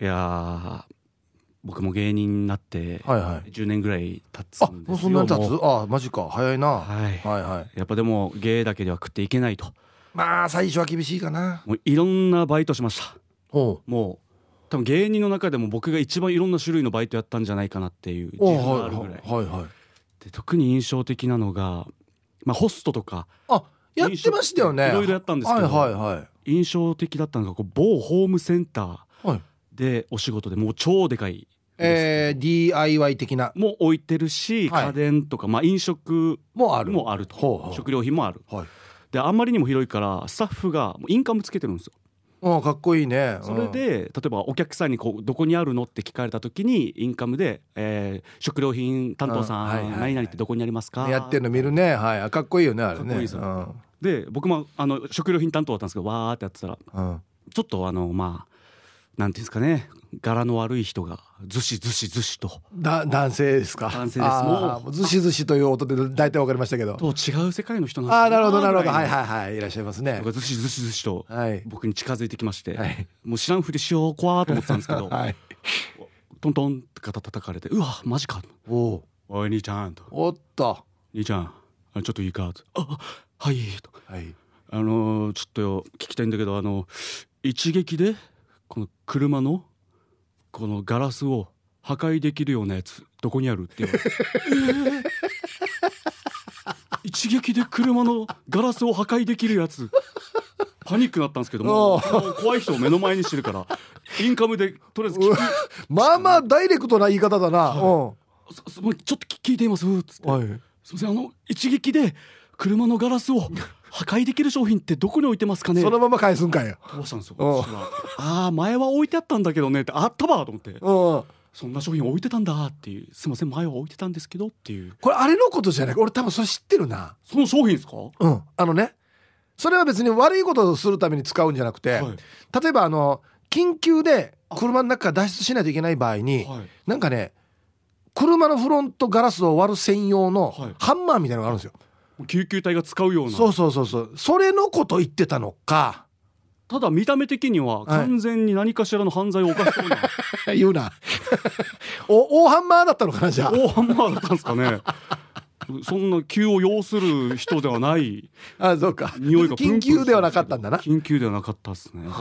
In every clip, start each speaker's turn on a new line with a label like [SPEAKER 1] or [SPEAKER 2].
[SPEAKER 1] いやー僕も芸人になって
[SPEAKER 2] はいはい
[SPEAKER 1] 10年ぐらい経つ
[SPEAKER 2] あ
[SPEAKER 1] ん
[SPEAKER 2] も
[SPEAKER 1] で
[SPEAKER 2] う
[SPEAKER 1] す
[SPEAKER 2] そんな
[SPEAKER 1] よ
[SPEAKER 2] に経
[SPEAKER 1] も
[SPEAKER 2] つ
[SPEAKER 1] う
[SPEAKER 2] あマジか早いな、
[SPEAKER 1] はい
[SPEAKER 2] はいはい
[SPEAKER 1] やっぱでも芸だけでは食っていけないと
[SPEAKER 2] まあ最初は厳しいかな
[SPEAKER 1] もういろんなバイトしました
[SPEAKER 2] ほ
[SPEAKER 1] もう多分芸人の中でも僕が一番いろんな種類のバイトやったんじゃないかなっていう
[SPEAKER 2] う
[SPEAKER 1] 自
[SPEAKER 2] おう
[SPEAKER 1] 負が
[SPEAKER 2] は
[SPEAKER 1] あ
[SPEAKER 2] い
[SPEAKER 1] るぐらい
[SPEAKER 2] はいはい
[SPEAKER 1] で特に印象的なのが、まあ、ホストとか
[SPEAKER 2] あやってましたよね
[SPEAKER 1] いろいろやったんですけど
[SPEAKER 2] はいは
[SPEAKER 1] 印象的だったのがこう某ホームセンタ
[SPEAKER 2] いはいはい
[SPEAKER 1] ーでお仕事でもう超でかい
[SPEAKER 2] えー、DIY 的な
[SPEAKER 1] も置いてるし
[SPEAKER 2] はい
[SPEAKER 1] 家電とか、まあ、飲食
[SPEAKER 2] もある
[SPEAKER 1] もあると
[SPEAKER 2] ほうほう
[SPEAKER 1] 食料品もある
[SPEAKER 2] はい
[SPEAKER 1] であんまりにも広いからスタッフがもうインカムつけてるんですよ
[SPEAKER 2] うんかっこいいね
[SPEAKER 1] それで例えばお客さんにこうどこにあるのって聞かれた時にインカムで、えー食料品担当さん、
[SPEAKER 2] うんはいはいはい
[SPEAKER 1] 何々ってどこにあります
[SPEAKER 2] う
[SPEAKER 1] か
[SPEAKER 2] んやってるの見るねはいあかっこいいよねあれね
[SPEAKER 1] かっこいいですよ
[SPEAKER 2] うん
[SPEAKER 1] で僕もあの食料品担当だったんですけどわーってやってたら
[SPEAKER 2] うん
[SPEAKER 1] ちょっとあのまあなんていうんですかね柄の悪い人がずしずしずしと
[SPEAKER 2] だ男性ですか
[SPEAKER 1] 男性です
[SPEAKER 2] あー
[SPEAKER 1] も
[SPEAKER 2] ずしずしという音で大体わかりましたけど
[SPEAKER 1] と違う世界の人なんだ
[SPEAKER 2] ああなるほどなるほどはい
[SPEAKER 1] い
[SPEAKER 2] はいはいいらっしゃいますね
[SPEAKER 1] ずしずしずしと
[SPEAKER 2] はい
[SPEAKER 1] 僕に近づいてきまして、
[SPEAKER 2] はい
[SPEAKER 1] もう知らんふりしよう怖ーと思ってたんですけど、
[SPEAKER 2] はい
[SPEAKER 1] トントンって肩叩かれてうわマジか
[SPEAKER 2] おお
[SPEAKER 1] おい兄ちゃんと
[SPEAKER 2] おっと
[SPEAKER 1] 兄ちゃんあちょっといいかとあはいと
[SPEAKER 2] はい
[SPEAKER 1] あのーちょっとよ聞きたいんだけどあの一撃でこの車のこのガラスを破壊できるようなやつどこにあるって言われて 一撃で車のガラスを破壊できるやつパニックなったんですけども
[SPEAKER 2] お
[SPEAKER 1] もう怖い人を目の前にしてるからインカムでとりあえず聞
[SPEAKER 2] まあまあダイレクトな言い方だなうん
[SPEAKER 1] くそそもうちょっと聞いていますつって
[SPEAKER 2] はい
[SPEAKER 1] すいませんあの一撃で車のガラスを破壊できる商品ってどこに置いてますかね
[SPEAKER 2] そのまま返すんかよ
[SPEAKER 1] どうしたんですよ
[SPEAKER 2] うん
[SPEAKER 1] 私はああ前は置いてあったんだけどねってあったわと思って
[SPEAKER 2] うん
[SPEAKER 1] そんな商品置いてたんだっていうすいません前は置いてたんですけどっていう
[SPEAKER 2] これあれのことじゃない俺多分それ知ってるな
[SPEAKER 1] その商品ですか、は
[SPEAKER 2] うんあのねそれは別に悪いことをするために使うんじゃなくて、
[SPEAKER 1] い
[SPEAKER 2] 例えばあの緊急で車の中から脱出しないといけない場合に、
[SPEAKER 1] はい、
[SPEAKER 2] なんかね車のフロントガラスを割る専用の
[SPEAKER 1] はい
[SPEAKER 2] ハンマーみたいなのがあるんですよ、
[SPEAKER 1] 救急隊が使うような
[SPEAKER 2] そうそうそうそうそれのこと言ってたのか
[SPEAKER 1] ただ見た目的には完全に何かしらの犯罪を犯してるよ
[SPEAKER 2] 言うな お大ハンマーだったのかな じゃあ
[SPEAKER 1] うな大ハンマーだったんですかねそんな急を要する人ではない
[SPEAKER 2] あそうか
[SPEAKER 1] 匂いがプンプ
[SPEAKER 2] 緊
[SPEAKER 1] ンしてる
[SPEAKER 2] 急ではなかったんだなへ
[SPEAKER 1] 緊急ではなかったですねっ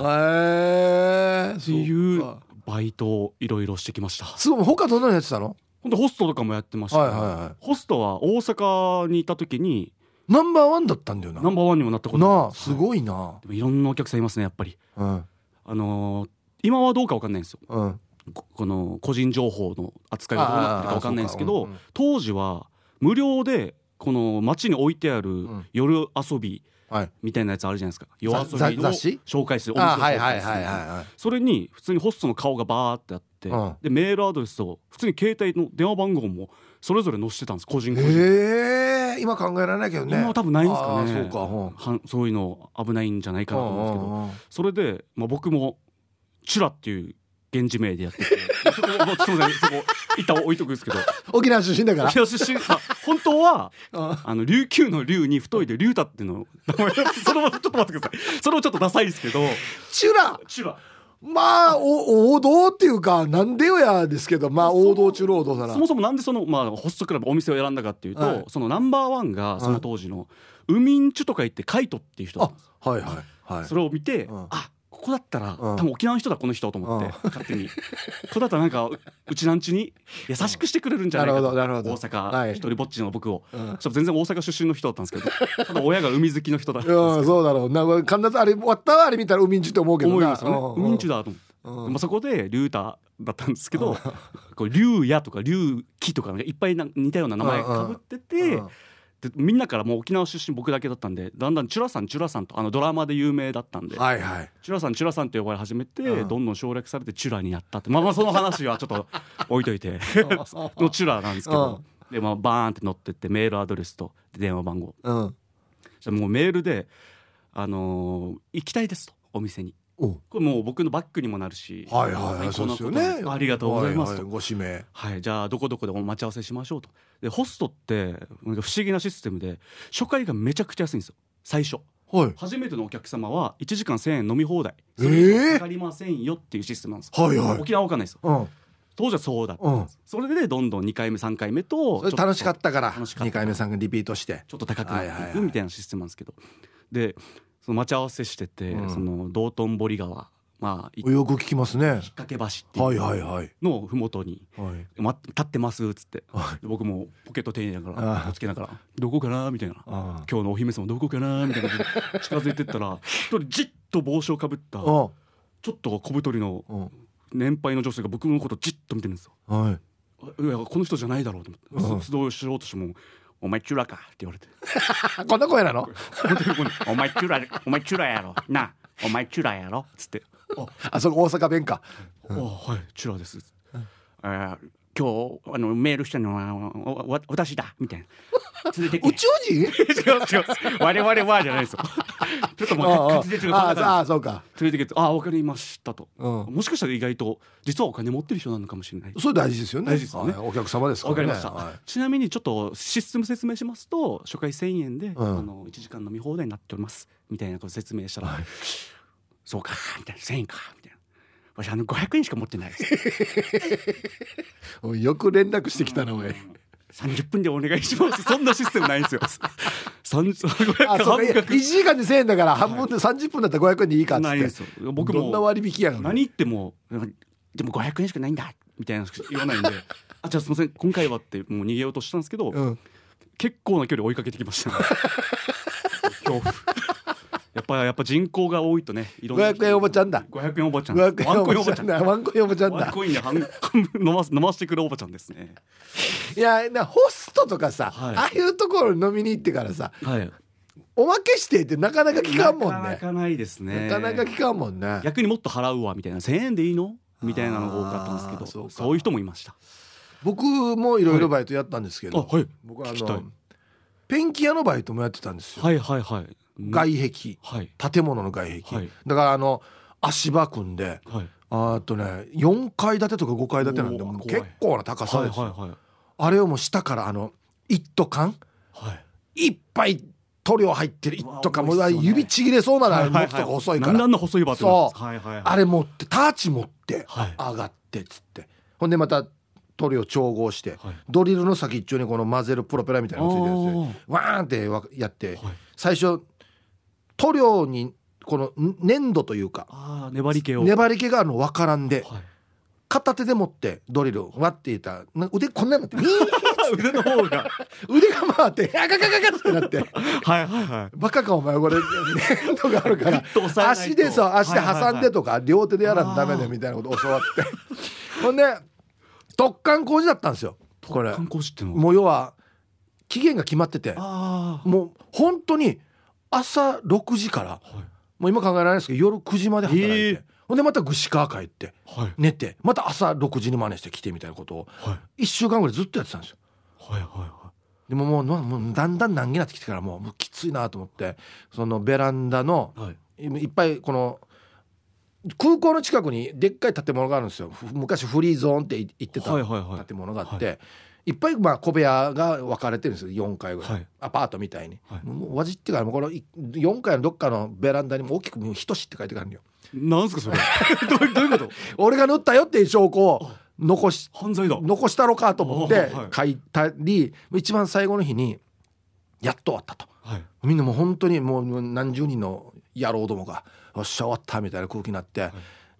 [SPEAKER 2] え
[SPEAKER 1] ていうバイトをいろいろしてきました
[SPEAKER 2] すごい他どんなのやってたの
[SPEAKER 1] ほんでホストとかもやってました
[SPEAKER 2] は
[SPEAKER 1] ね、
[SPEAKER 2] いはいは
[SPEAKER 1] ホストは大阪にいた時に
[SPEAKER 2] いナンバーワンだったんだよな
[SPEAKER 1] ナンバーワンにもなったこと
[SPEAKER 2] なあ
[SPEAKER 1] る
[SPEAKER 2] す
[SPEAKER 1] はい
[SPEAKER 2] ごいな
[SPEAKER 1] でもいろんなお客さんいますねやっぱり
[SPEAKER 2] うん
[SPEAKER 1] あのー今はどうかわかんないんですよ
[SPEAKER 2] うん
[SPEAKER 1] ここの個人情報の扱いがどうなってるかわかんないんですけ
[SPEAKER 2] ああ
[SPEAKER 1] ど
[SPEAKER 2] ああそうか
[SPEAKER 1] 当時は無料でこの街に置いてある
[SPEAKER 2] ん
[SPEAKER 1] 夜遊び
[SPEAKER 2] はい
[SPEAKER 1] みたいなやつあるじゃないですか夜遊
[SPEAKER 2] ざ
[SPEAKER 1] びの
[SPEAKER 2] 雑誌
[SPEAKER 1] 紹介するお店を
[SPEAKER 2] あ
[SPEAKER 1] 紹
[SPEAKER 2] はいは
[SPEAKER 1] 介
[SPEAKER 2] い
[SPEAKER 1] する
[SPEAKER 2] はいはいはい
[SPEAKER 1] それに普通にホストの顔がバーってあって
[SPEAKER 2] うん
[SPEAKER 1] でメールアドレスと普通に携帯の電話番号もそれぞれ載せてたんです個人個人で
[SPEAKER 2] ええ今考えられないけどね
[SPEAKER 1] 今は多分ないんですかね
[SPEAKER 2] あーそうかほん
[SPEAKER 1] はんそういうの危ないんじゃないかなと思うんですけど
[SPEAKER 2] うんうんうん
[SPEAKER 1] それで、まあ、僕もチュラっていう源氏名でや っててそこもうちょっとねそこ一旦置いとくんですけど
[SPEAKER 2] 沖縄出身だから
[SPEAKER 1] 沖縄出身、まあ、本当は
[SPEAKER 2] うん
[SPEAKER 1] あの琉球の琉に太い で龍太っていうのを名前それもちょっと待ってくださいそれもちょっとダサいですけど
[SPEAKER 2] チュラ
[SPEAKER 1] チュラ
[SPEAKER 2] まあお王道っていうかなんでよやですけどまあ王道中の王道だな
[SPEAKER 1] そもそもなんでその、まあ、ホストクラブお店を選んだかっていうと、
[SPEAKER 2] はい
[SPEAKER 1] そのナンバーワンがその当時の「ウミンチュ」とか言ってカイトっていう人だったんです
[SPEAKER 2] あはいはいはい
[SPEAKER 1] それを見て、
[SPEAKER 2] うん
[SPEAKER 1] あここだったら、
[SPEAKER 2] うん
[SPEAKER 1] 多分沖縄の人だこの人と思って、
[SPEAKER 2] うん
[SPEAKER 1] 勝手にここだったらなんかううちなんちに優しくしてくれるんじゃないかと、
[SPEAKER 2] うんなるほどなるほど
[SPEAKER 1] 大阪、
[SPEAKER 2] はい
[SPEAKER 1] 一人ぼっちの僕を、
[SPEAKER 2] うん
[SPEAKER 1] そしたら全然大阪出身の人だったんですけ どただ親が海好きの人だったんです
[SPEAKER 2] うんそうだろうなこれ必ずあれ終わったわあれ見たらウミンチュって思うけどな
[SPEAKER 1] 思いますよね海んちゅ
[SPEAKER 2] だ
[SPEAKER 1] だと思って。まあ、そこで竜太だったんですけどこう竜也とか竜騎とかなんかいっぱいなんか似たような名前がかぶっててでみんなからもう沖縄出身僕だけだったんでだんだんチュラさんチュラさんとあのドラマで有名だったんで
[SPEAKER 2] は いはい
[SPEAKER 1] チュラさんチュラさんって呼ばれ始めて、
[SPEAKER 2] うん
[SPEAKER 1] どんどん省略されてチュラになったってまあまあその話 はちょっと置いといてのチュラなんですけど、でまあバーンって乗ってってメールアドレスと電話番号
[SPEAKER 2] うん
[SPEAKER 1] そしたらもうメールで「あのー行きたいです」とお店に
[SPEAKER 2] お
[SPEAKER 1] これもう僕のバッグにもなるし
[SPEAKER 2] はいはいは
[SPEAKER 1] 最
[SPEAKER 2] いそ
[SPEAKER 1] 高
[SPEAKER 2] う
[SPEAKER 1] なこと
[SPEAKER 2] ですよ
[SPEAKER 1] なん
[SPEAKER 2] ね
[SPEAKER 1] ありがとうございます
[SPEAKER 2] は
[SPEAKER 1] と
[SPEAKER 2] はご指名
[SPEAKER 1] はい、じゃあどこどこでお待ち合わせしましょうとでホストってなんか不思議なシステムで初回がめちゃくちゃ安いんですよ最初
[SPEAKER 2] はい
[SPEAKER 1] 初めてのお客様は1時間1000円飲み放題
[SPEAKER 2] え
[SPEAKER 1] そ
[SPEAKER 2] ー
[SPEAKER 1] れ以上かかりませんよっていうシステムなんです、
[SPEAKER 2] はいはい
[SPEAKER 1] 沖縄はわかんないですよ
[SPEAKER 2] うん
[SPEAKER 1] 当時はそうだったんです、それでどんどん2回目3回目と
[SPEAKER 2] それ楽しかったから
[SPEAKER 1] 楽しかった
[SPEAKER 2] 2回目3回目リピートして
[SPEAKER 1] ちょっと高く
[SPEAKER 2] はい
[SPEAKER 1] な
[SPEAKER 2] は
[SPEAKER 1] って
[SPEAKER 2] いはいい
[SPEAKER 1] くみたいなシステムなんですけど、でその待ち合わせしてて、
[SPEAKER 2] うん
[SPEAKER 1] その道頓堀川まあい引っ
[SPEAKER 2] よく聞きますね
[SPEAKER 1] 掛け橋って
[SPEAKER 2] はいいうはいはい
[SPEAKER 1] のをふもとに、
[SPEAKER 2] はい
[SPEAKER 1] ま、立ってますっつって
[SPEAKER 2] はい
[SPEAKER 1] で僕もポケット手に入れなが
[SPEAKER 2] あ
[SPEAKER 1] ら
[SPEAKER 2] あ
[SPEAKER 1] こつけながらどこかなみたいな
[SPEAKER 2] あ
[SPEAKER 1] 今日のお姫様どこかな みたいな感じで近づいてったら一人じっと帽子をかぶったちょ
[SPEAKER 2] あ
[SPEAKER 1] っと小太りの
[SPEAKER 2] うん
[SPEAKER 1] 年配の女性が僕のことじっと見てるんですよ
[SPEAKER 2] はい
[SPEAKER 1] あいやこの人じゃないだろうと思
[SPEAKER 2] う
[SPEAKER 1] っ
[SPEAKER 2] ん
[SPEAKER 1] て出動しようとしても「お前チュラか」って言われて
[SPEAKER 2] あこんな声なの
[SPEAKER 1] 本当にここにお前チュラ、 お前チュラやろ。なあ、お前チュラやろ。つって、
[SPEAKER 2] あそこ大阪弁か
[SPEAKER 1] あ、はい、チュラです。えー今日あのメールしたのはおわ私だみたいな。連れてけ。違
[SPEAKER 2] 宇宙人
[SPEAKER 1] う違う。我々はじゃないですよ。ちょっともう
[SPEAKER 2] ああ
[SPEAKER 1] 滑舌がこんな
[SPEAKER 2] あ
[SPEAKER 1] 感
[SPEAKER 2] あそうか
[SPEAKER 1] じ。連れてけ。ああわかりましたと。
[SPEAKER 2] うん
[SPEAKER 1] もしかしたら意外と実はお金持ってる人なのかもしれない。
[SPEAKER 2] それ大事ですよね
[SPEAKER 1] 大事ですよね
[SPEAKER 2] はいお客様ですか
[SPEAKER 1] わからり
[SPEAKER 2] ね
[SPEAKER 1] ました、
[SPEAKER 2] はい
[SPEAKER 1] ちなみにちょっとシステム説明しますと初回1000円で、
[SPEAKER 2] うん
[SPEAKER 1] あの1時間飲み放題になっておりますみたいなこと説明したら、そうかみたいな1000円かみたいな私あの500円しか持ってないです
[SPEAKER 2] おいよく連絡して きたなおい
[SPEAKER 1] 30分でお願いしますそんなシステムないん ですよ30
[SPEAKER 2] あ
[SPEAKER 1] 500
[SPEAKER 2] そうかいや
[SPEAKER 1] 半
[SPEAKER 2] 1時間で1000円だから半分で30分だったら500円でいいかっ
[SPEAKER 1] 額な
[SPEAKER 2] つ
[SPEAKER 1] いん
[SPEAKER 2] っ
[SPEAKER 1] です
[SPEAKER 2] て
[SPEAKER 1] よ僕
[SPEAKER 2] どんな
[SPEAKER 1] も
[SPEAKER 2] 割引やが
[SPEAKER 1] 何言ってもでも500円しかないんだみたいなのしか言わ ないんであじゃあすいません今回はってもう逃げようとしたんですけど、
[SPEAKER 2] うん
[SPEAKER 1] 結構な距離追いかけてきま した、ね、恐怖やっぱやっぱ人口が多いとねいろんな
[SPEAKER 2] 500円おばちゃんだ
[SPEAKER 1] 500円おばちゃん
[SPEAKER 2] 500円お
[SPEAKER 1] ワンコイン
[SPEAKER 2] ばちゃんだワンコインおばちゃん
[SPEAKER 1] ワン
[SPEAKER 2] だ
[SPEAKER 1] コインで半半 分飲ま飲ましてくるおばちゃんですね
[SPEAKER 2] いやなホストとかさ
[SPEAKER 1] はい
[SPEAKER 2] ああいうところに飲みに行ってからさ
[SPEAKER 1] はい
[SPEAKER 2] おまけしてってなかなか聞かんもん
[SPEAKER 1] なかな
[SPEAKER 2] ね
[SPEAKER 1] かないですね
[SPEAKER 2] なかなか聞かんもんね
[SPEAKER 1] 逆にもっと払うわみたいな1000円でいいのみたいなのが多かったんですけ
[SPEAKER 2] あ
[SPEAKER 1] どそ
[SPEAKER 2] ーそううか
[SPEAKER 1] いう人もいました
[SPEAKER 2] 僕もいろいろバイトやったんですけ
[SPEAKER 1] あ
[SPEAKER 2] ど
[SPEAKER 1] はい
[SPEAKER 2] 僕あ
[SPEAKER 1] 聞きたい
[SPEAKER 2] のペンキ屋のバイトもやってたんですよ
[SPEAKER 1] はいはいはい
[SPEAKER 2] 外壁
[SPEAKER 1] はい
[SPEAKER 2] 建物の外
[SPEAKER 1] は
[SPEAKER 2] 壁
[SPEAKER 1] い
[SPEAKER 2] だからあの足場組んで
[SPEAKER 1] はい
[SPEAKER 2] あーっとね4階建てとか5階建てなんで
[SPEAKER 1] おー
[SPEAKER 2] もう
[SPEAKER 1] 怖い
[SPEAKER 2] 結構な高さ
[SPEAKER 1] はいはい
[SPEAKER 2] ですよ
[SPEAKER 1] はい
[SPEAKER 2] あれをもう下からあの一斗缶
[SPEAKER 1] はい
[SPEAKER 2] いっぱい塗料入ってる一斗缶もう
[SPEAKER 1] うわ美味しそうね
[SPEAKER 2] 指ちぎれそうな
[SPEAKER 1] は
[SPEAKER 2] ら
[SPEAKER 1] いは
[SPEAKER 2] 持
[SPEAKER 1] い
[SPEAKER 2] つとか細いか
[SPEAKER 1] なんであ
[SPEAKER 2] ら
[SPEAKER 1] んな細いバットなんですかはいはいはい
[SPEAKER 2] あれ持ってターチ持って
[SPEAKER 1] はい
[SPEAKER 2] 上がってっつってほんでまた塗料調合して
[SPEAKER 1] はい
[SPEAKER 2] ドリルの先っちょにこの混ぜるプロペラみたいなのついてるんですよワーンってわやって
[SPEAKER 1] はい
[SPEAKER 2] 最初塗料にこのん粘土というか
[SPEAKER 1] ああ粘り気を
[SPEAKER 2] 粘り気があるの分からんで
[SPEAKER 1] はい
[SPEAKER 2] 片手で持ってドリルを割っていたな腕こんなになってビー
[SPEAKER 1] 腕の方 が
[SPEAKER 2] ン腕が回ってガガガガガってなって
[SPEAKER 1] はいはいはい
[SPEAKER 2] バカかお前これ粘土があるか
[SPEAKER 1] グ
[SPEAKER 2] ら
[SPEAKER 1] ッと押さえないと
[SPEAKER 2] 足でそう足で
[SPEAKER 1] はいはいは
[SPEAKER 2] 挟
[SPEAKER 1] い
[SPEAKER 2] んでとか両手でやらんダメだよみたいなこと教わってほんで特貫工事だったんですよこれ
[SPEAKER 1] 観光地ってのは
[SPEAKER 2] もう要は期限が決まってて
[SPEAKER 1] あ
[SPEAKER 2] もう本当に朝6時から
[SPEAKER 1] あはい
[SPEAKER 2] もう今考えられないですけど夜9時まで働いて、
[SPEAKER 1] ええ
[SPEAKER 2] ほんでまたぐしか帰って
[SPEAKER 1] はい
[SPEAKER 2] 寝てまた朝6時に真似して来てみたいなことを
[SPEAKER 1] はい
[SPEAKER 2] 1週間ぐらいずっとやってたんですよ
[SPEAKER 1] はいは
[SPEAKER 2] でももうなもうだんだん難儀になってきてからもうもうきついなと思ってそのベランダの
[SPEAKER 1] いはいはい
[SPEAKER 2] 今いっぱいこの空港の近くにでっかい建物があるんですよふ昔フリーゾーンってい言って
[SPEAKER 1] はいはい
[SPEAKER 2] た
[SPEAKER 1] はい
[SPEAKER 2] 建物があって、いっぱいまあ小部屋が分かれてるんですよ4階ぐらい、
[SPEAKER 1] はい
[SPEAKER 2] アパートみたいに、
[SPEAKER 1] はい
[SPEAKER 2] もうわじってからもうこのい4階のどっかのベランダにも大きく「ひとし」って書いてあるんよ
[SPEAKER 1] なんすかそれ どうどういうこと
[SPEAKER 2] 俺が塗ったよっていう証拠を残し
[SPEAKER 1] 犯罪だ
[SPEAKER 2] 残したろかと思って
[SPEAKER 1] おーはい
[SPEAKER 2] 書いたり一番最後の日にやっと終わったと
[SPEAKER 1] はい
[SPEAKER 2] みんなもう本当にもう何十人の野郎どもが「よっしゃ終わった」みたいな空気になって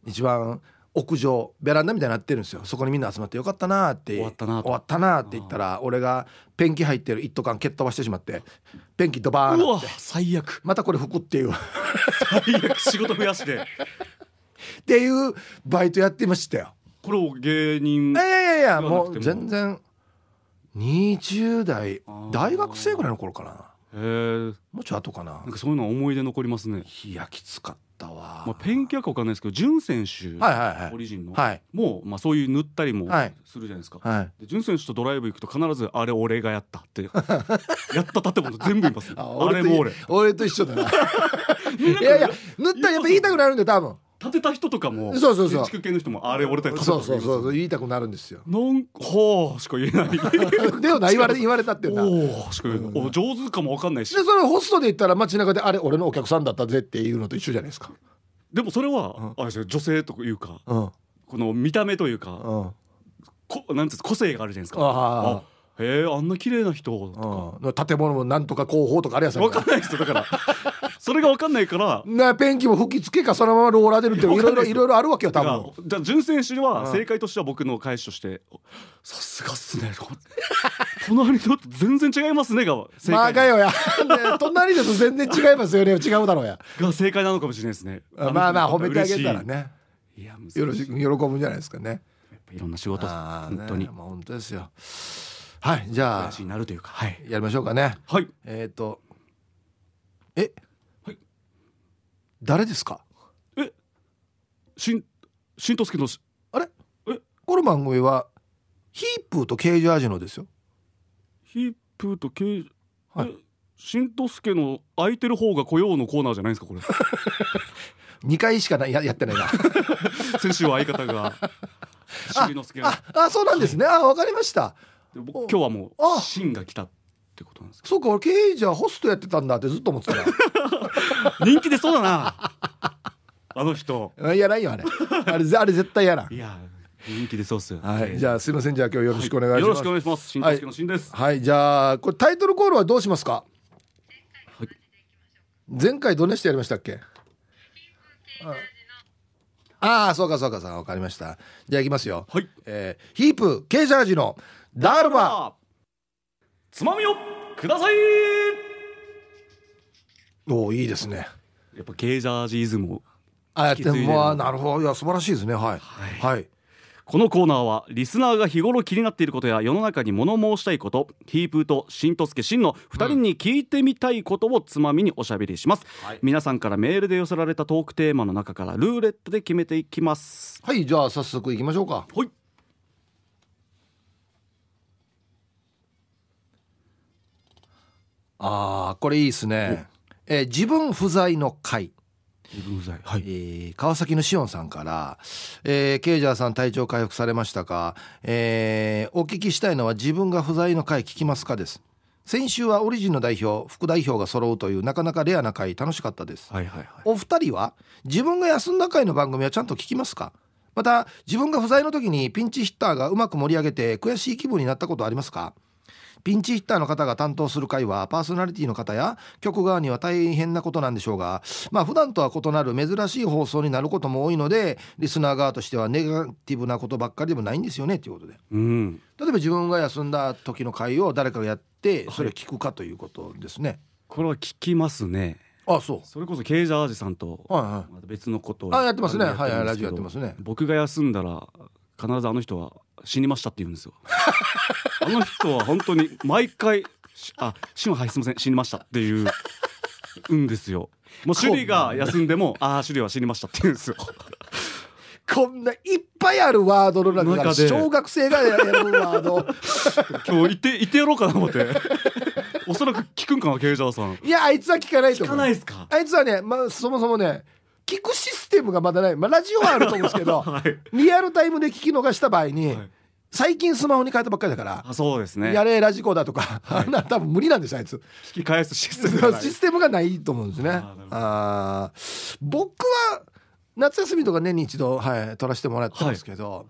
[SPEAKER 2] 一番屋上ベランダみたいになってるんですよそこにみんな集まって「よかったな」って
[SPEAKER 1] 終わったなと
[SPEAKER 2] 終わったなって言ったら俺がペンキ入ってる一斗缶蹴っ飛ばしてしまってペンキドバーン
[SPEAKER 1] う
[SPEAKER 2] な
[SPEAKER 1] わ最悪
[SPEAKER 2] またこれ服っていうっ
[SPEAKER 1] 最悪仕事増やして
[SPEAKER 2] ていうバイトやってましたよ。
[SPEAKER 1] これを芸人
[SPEAKER 2] いやいやいや
[SPEAKER 1] ではな
[SPEAKER 2] も
[SPEAKER 1] くても
[SPEAKER 2] う全然20代
[SPEAKER 1] あー
[SPEAKER 2] 大学生ぐらいの頃かな
[SPEAKER 1] へえ
[SPEAKER 2] もうちょい後かな
[SPEAKER 1] なんかそういうのは思い出残りますね
[SPEAKER 2] いやきつかったわ、
[SPEAKER 1] まあペンキはかわかんないですけど潤選手
[SPEAKER 2] はいはい
[SPEAKER 1] オ
[SPEAKER 2] はい
[SPEAKER 1] リジンの
[SPEAKER 2] はい
[SPEAKER 1] もうまあそういう塗ったりも
[SPEAKER 2] はい
[SPEAKER 1] するじゃないですか
[SPEAKER 2] はい
[SPEAKER 1] で潤選手とドライブ行くと必ずあれ俺がやったって やった建物全部言いますあれも俺
[SPEAKER 2] 俺と一緒だないやいや塗ったらやっぱ言いたくなるんだよ多分
[SPEAKER 1] 建てた人とかも
[SPEAKER 2] そうそうそう
[SPEAKER 1] 建築系の人もあれ俺たち建てた
[SPEAKER 2] そ
[SPEAKER 1] とか
[SPEAKER 2] うそ
[SPEAKER 1] 言いうます
[SPEAKER 2] そう言いたくなるんですよ
[SPEAKER 1] なんかはあしか言え ない
[SPEAKER 2] でもな言われ言われたっていうなで
[SPEAKER 1] おおしか言えないお上手かもわかんないし
[SPEAKER 2] それホストで言ったら街中であれ俺のお客さんだったぜっていうのと一緒じゃないですか
[SPEAKER 1] でもそれはあれですよ女性というか
[SPEAKER 2] うん
[SPEAKER 1] この見た目というか
[SPEAKER 2] うん
[SPEAKER 1] こなんていうんですか個性があるじゃないですか
[SPEAKER 2] あ
[SPEAKER 1] あへえあんな綺麗な人とか
[SPEAKER 2] うん建物もなんとか広報とかあれやさ
[SPEAKER 1] わかんないですよだから それがわかんないから
[SPEAKER 2] なペンキも吹き付けかそのままローラーでるってい
[SPEAKER 1] いや
[SPEAKER 2] ろ
[SPEAKER 1] わか
[SPEAKER 2] い
[SPEAKER 1] んな
[SPEAKER 2] ろ
[SPEAKER 1] いです
[SPEAKER 2] いろいろあるわけよ多
[SPEAKER 1] だから
[SPEAKER 2] 分
[SPEAKER 1] じゃあ純選手
[SPEAKER 2] う
[SPEAKER 1] は
[SPEAKER 2] ん
[SPEAKER 1] 正解としては僕の返しとして「さすがっすね」とか隣のと全然違いますね」が正
[SPEAKER 2] まあ
[SPEAKER 1] 解
[SPEAKER 2] かよや ね隣ですと全然違いますよね違うだろうや
[SPEAKER 1] が正解なのかもしれないですね
[SPEAKER 2] あまあまあ褒めてあげたらね
[SPEAKER 1] 嬉しいいや難しい
[SPEAKER 2] よろしく喜ぶんじゃないですかね
[SPEAKER 1] やっぱいろんな仕事
[SPEAKER 2] あーね
[SPEAKER 1] 本当に
[SPEAKER 2] まあ本当ですよはいじゃあ
[SPEAKER 1] 話になるというかはい
[SPEAKER 2] やりましょうかね
[SPEAKER 1] はい
[SPEAKER 2] えっ、とえ、
[SPEAKER 1] はい
[SPEAKER 2] 誰ですか
[SPEAKER 1] しんしんとすけのし
[SPEAKER 2] あれ
[SPEAKER 1] え
[SPEAKER 2] この番組はヒープーとケージュアジノですよ
[SPEAKER 1] ヒープーとケイ
[SPEAKER 2] はい
[SPEAKER 1] えしんとすけの空いてる方が来ようのコーナーじゃないですかこれ
[SPEAKER 2] 2回しかなややってない な
[SPEAKER 1] 先週は相方 がしんのすけが
[SPEAKER 2] ああそうなんですねあわかりました
[SPEAKER 1] で僕今日はも
[SPEAKER 2] あ
[SPEAKER 1] うしんが来たってことなんですか
[SPEAKER 2] そうか俺ケージュはホストやってたんだってずっと思ってたな
[SPEAKER 1] 人気出そうだな あの人
[SPEAKER 2] あやらんよあれあれぜあれ絶対やらん
[SPEAKER 1] いや人気出そうっすよ
[SPEAKER 2] はいじゃあすいませんじゃあ今日よろしくお願いします、
[SPEAKER 1] よろしくお願いしますしんとすけのしんです
[SPEAKER 2] はいじゃあこれタイトルコールはどうしますか
[SPEAKER 1] はい
[SPEAKER 2] 前回どんな人やりましたっけああーそうかそうかそうかわかりましたじゃあいきますよ、
[SPEAKER 1] はい
[SPEAKER 2] えーヒープケージャージのダールバ
[SPEAKER 1] つまみをください
[SPEAKER 2] ーおおいいですね
[SPEAKER 1] やっぱゲージャージイズムを
[SPEAKER 2] ああやって
[SPEAKER 1] 引き継いでる
[SPEAKER 2] まあなるほどいや素晴らしいですねはいはい、
[SPEAKER 1] このコーナーはリスナーが日頃気になっていることや世の中に物申したいことヒープーとしんとすけしんの2人に聞いてみたいことをつまみにおしゃべりします、
[SPEAKER 2] はい
[SPEAKER 1] 皆さんからメールで寄せられたトークテーマの中からルーレットで決めていきます
[SPEAKER 2] はい、じゃあ早速行きましょうか
[SPEAKER 1] はい
[SPEAKER 2] ああこれいいですね、えー自分不在の会
[SPEAKER 1] 自分不在は
[SPEAKER 2] えー川崎のしおんさんから、えーケイジャーさん体調回復されましたか、えーお聞きしたいのは自分が不在の回聞きますかです先週はオリジンの代表副代表が揃うというなかなかレアな回楽しかったです
[SPEAKER 1] はいはいはい
[SPEAKER 2] お二人は自分が休んだ回の番組はちゃんと聞きますかまた自分が不在の時にピンチヒッターがうまく盛り上げて悔しい気分になったことありますかピンチヒッターの方が担当する回はパーソナリティの方や局側には大変なことなんでしょうがまあ普段とは異なる珍しい放送になることも多いのでリスナー側としてはネガティブなことばっかりでもないんですよねということで
[SPEAKER 1] うん
[SPEAKER 2] 例えば自分が休んだ時の回を誰かがやってそれを聞くかということですね、
[SPEAKER 1] これは聞きますね
[SPEAKER 2] あそ
[SPEAKER 1] それこそケージャージさんと
[SPEAKER 2] うはいはい
[SPEAKER 1] また別のことを
[SPEAKER 2] あやってますねはい
[SPEAKER 1] るん
[SPEAKER 2] はい
[SPEAKER 1] で
[SPEAKER 2] ラ
[SPEAKER 1] け
[SPEAKER 2] ジ
[SPEAKER 1] ど
[SPEAKER 2] オやってますね
[SPEAKER 1] 僕が休んだら必ずあの人は死にましたって言うんですよ あの人は本当に毎回しあ死ははいすいません死にましたっていうんですよもう趣里が休んでもああ趣里は死にましたって言うんですよ
[SPEAKER 2] こんないっぱいあるワードの中から
[SPEAKER 1] 中で
[SPEAKER 2] 小学生がやるワー ド
[SPEAKER 1] 今日行って行ってやろうかな思 っておそらく聞くんかなケージャーさん
[SPEAKER 2] いやあいつは聞かない
[SPEAKER 1] 聞
[SPEAKER 2] と思
[SPEAKER 1] か
[SPEAKER 2] う
[SPEAKER 1] ないですか
[SPEAKER 2] あいつはね、まあ、そもそもね聞くシステムがまだない、まあ、ラジオはあると思うんですけど
[SPEAKER 1] はい、
[SPEAKER 2] リアルタイムで聞き逃した場合に、
[SPEAKER 1] はい
[SPEAKER 2] 最近スマホに変えたばっかりだから、
[SPEAKER 1] あそうですね
[SPEAKER 2] やれラジコだとか、あんな多分無理なんですあいつ
[SPEAKER 1] 聞き返すシステム がない
[SPEAKER 2] システムがないと思うんですね
[SPEAKER 1] あーなるほど
[SPEAKER 2] あー僕は夏休みとか年に一度、はい、撮らせてもらったんですけど、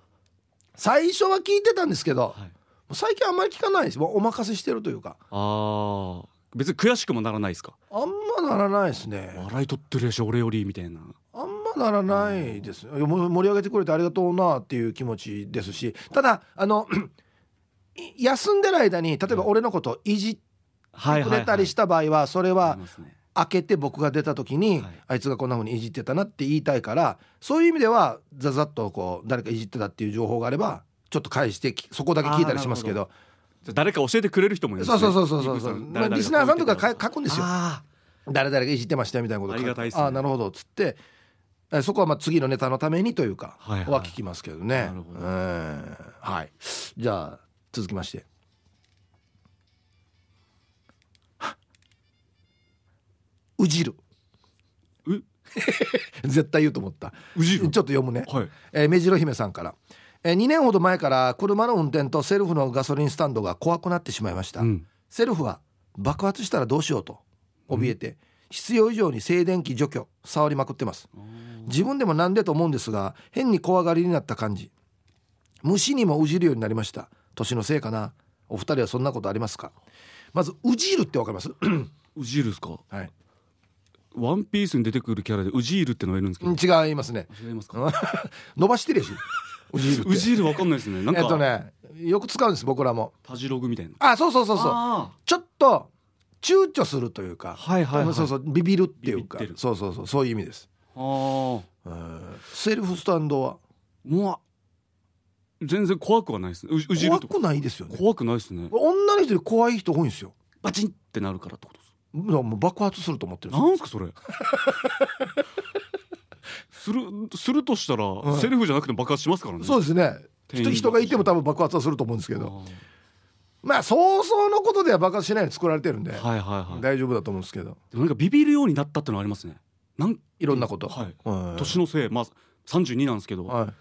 [SPEAKER 2] 最初は聞いてたんですけど、
[SPEAKER 1] はい
[SPEAKER 2] 最近あんまり聞かないですもうお任せしてるというか
[SPEAKER 1] ああ別に悔しくもならないですか
[SPEAKER 2] あんまならないですね
[SPEAKER 1] 笑い取ってるやし俺よりみたいな
[SPEAKER 2] あんまならないですいやも盛り上げてくれてありがとうなっていう気持ちですしただあの い休んでる間に例えば俺のことをいじって
[SPEAKER 1] はい
[SPEAKER 2] くれたりした場合はそれ
[SPEAKER 1] あ
[SPEAKER 2] は
[SPEAKER 1] りますね
[SPEAKER 2] 開けて僕が出た時に、
[SPEAKER 1] はい
[SPEAKER 2] あいつがこんな風にいじってたなって言いたいからそういう意味ではざざっとこう誰かいじってたっていう情報があればちょっと返してきそこだけ聞いたりしますけど
[SPEAKER 1] じゃあ誰か教えてくれる人もいるんです
[SPEAKER 2] そう
[SPEAKER 1] ね
[SPEAKER 2] そうそうそうそうそう
[SPEAKER 1] リ
[SPEAKER 2] まあリスナーさんとかか書くんですよ
[SPEAKER 1] あ
[SPEAKER 2] 誰々がいじってましたよみたいなこと書
[SPEAKER 1] あ
[SPEAKER 2] て
[SPEAKER 1] りがたいですね
[SPEAKER 2] あなるほどっつってえそこはまあ次のネタのためにというか
[SPEAKER 1] はいはい
[SPEAKER 2] は聞きますけどね、
[SPEAKER 1] なるほど
[SPEAKER 2] うんはいじゃあ続きましてはっうじる
[SPEAKER 1] ーう
[SPEAKER 2] 絶対言うと思った
[SPEAKER 1] うじ
[SPEAKER 2] ちょっと読むね、
[SPEAKER 1] はい
[SPEAKER 2] えー目白姫さんから、えー2年ほど前から車の運転とセルフのガソリンスタンドが怖くなってしまいました、
[SPEAKER 1] うん
[SPEAKER 2] セルフは爆発したらどうしようと怯えて、必要以上に静電気除去触りまくってます自分でもなんでと思うんですが変に怖がりになった感じ虫にもうじるようになりました年のせいかなお二人はそんなことありますかまずうじるってわか ります
[SPEAKER 1] ウジールですか
[SPEAKER 2] はい
[SPEAKER 1] ワンピースに出てくるキャラでウジールってのがいるんですけど
[SPEAKER 2] 違いますね
[SPEAKER 1] 違いますか
[SPEAKER 2] 伸ばしてるやし うじるって
[SPEAKER 1] ウジールわかんないですねなん
[SPEAKER 2] えっと
[SPEAKER 1] か
[SPEAKER 2] ねよく使うんです僕らも
[SPEAKER 1] タジログみたいな
[SPEAKER 2] あそうそうそうそう
[SPEAKER 1] あ
[SPEAKER 2] ちょっと躊躇するというか、
[SPEAKER 1] ーはいはいはい
[SPEAKER 2] そうそうビビるっていうか
[SPEAKER 1] ビビってる
[SPEAKER 2] そうそうそうそういう意味です
[SPEAKER 1] あー
[SPEAKER 2] うんセルフスタンドは
[SPEAKER 1] もう全然怖くはないですねううじる
[SPEAKER 2] 怖
[SPEAKER 1] とか
[SPEAKER 2] くないですよね
[SPEAKER 1] 怖くないですね
[SPEAKER 2] 女の人に怖い人多いんですよ
[SPEAKER 1] バチンってなるからってことです
[SPEAKER 2] もう爆発すると思ってるんですよ
[SPEAKER 1] なんすかそれ するするとしたら、
[SPEAKER 2] ん
[SPEAKER 1] セリフじゃなくても爆発しますからね
[SPEAKER 2] そうですね
[SPEAKER 1] 店員
[SPEAKER 2] 人人がいても多分爆発はすると思うんですけど
[SPEAKER 1] あー
[SPEAKER 2] まあそうそうのことでは爆発しないように作られてるんで、
[SPEAKER 1] はいはいはい
[SPEAKER 2] 大丈夫だと思うんですけど
[SPEAKER 1] でもなんかビビるようになったってのはありますねなん
[SPEAKER 2] いろんなこと、
[SPEAKER 1] はい
[SPEAKER 2] うん
[SPEAKER 1] 年のせいまあ32なんですけど、
[SPEAKER 2] は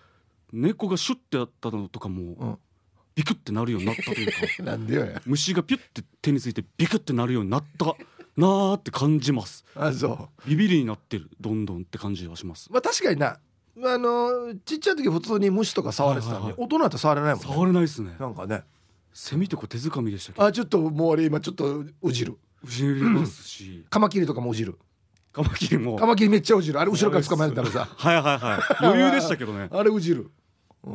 [SPEAKER 1] 猫がシュッてやったのとかも、
[SPEAKER 2] うん
[SPEAKER 1] ビクってなるようになったというか
[SPEAKER 2] い、なんでよや
[SPEAKER 1] 虫がピュッて手についてビクってなるようになった なーって感じます
[SPEAKER 2] あそう
[SPEAKER 1] ビビりになってるどんどんって感じはします
[SPEAKER 2] まあ確かにな、まあ、あのちっちゃい時普通に虫とか触れてたのに、
[SPEAKER 1] はいはい
[SPEAKER 2] 大人だって触れないもんね
[SPEAKER 1] 触れないですね
[SPEAKER 2] なんかね
[SPEAKER 1] セミとか手づかみでしたっけど
[SPEAKER 2] あちょっともう俺今ちょっとうじる
[SPEAKER 1] うじりますし
[SPEAKER 2] カマキリとかもうじる
[SPEAKER 1] カマキリ も
[SPEAKER 2] カマキリめっちゃうじるあれ後ろから捕まえたらさ
[SPEAKER 1] はいはいはい余裕でしたけどね
[SPEAKER 2] あれうじるうん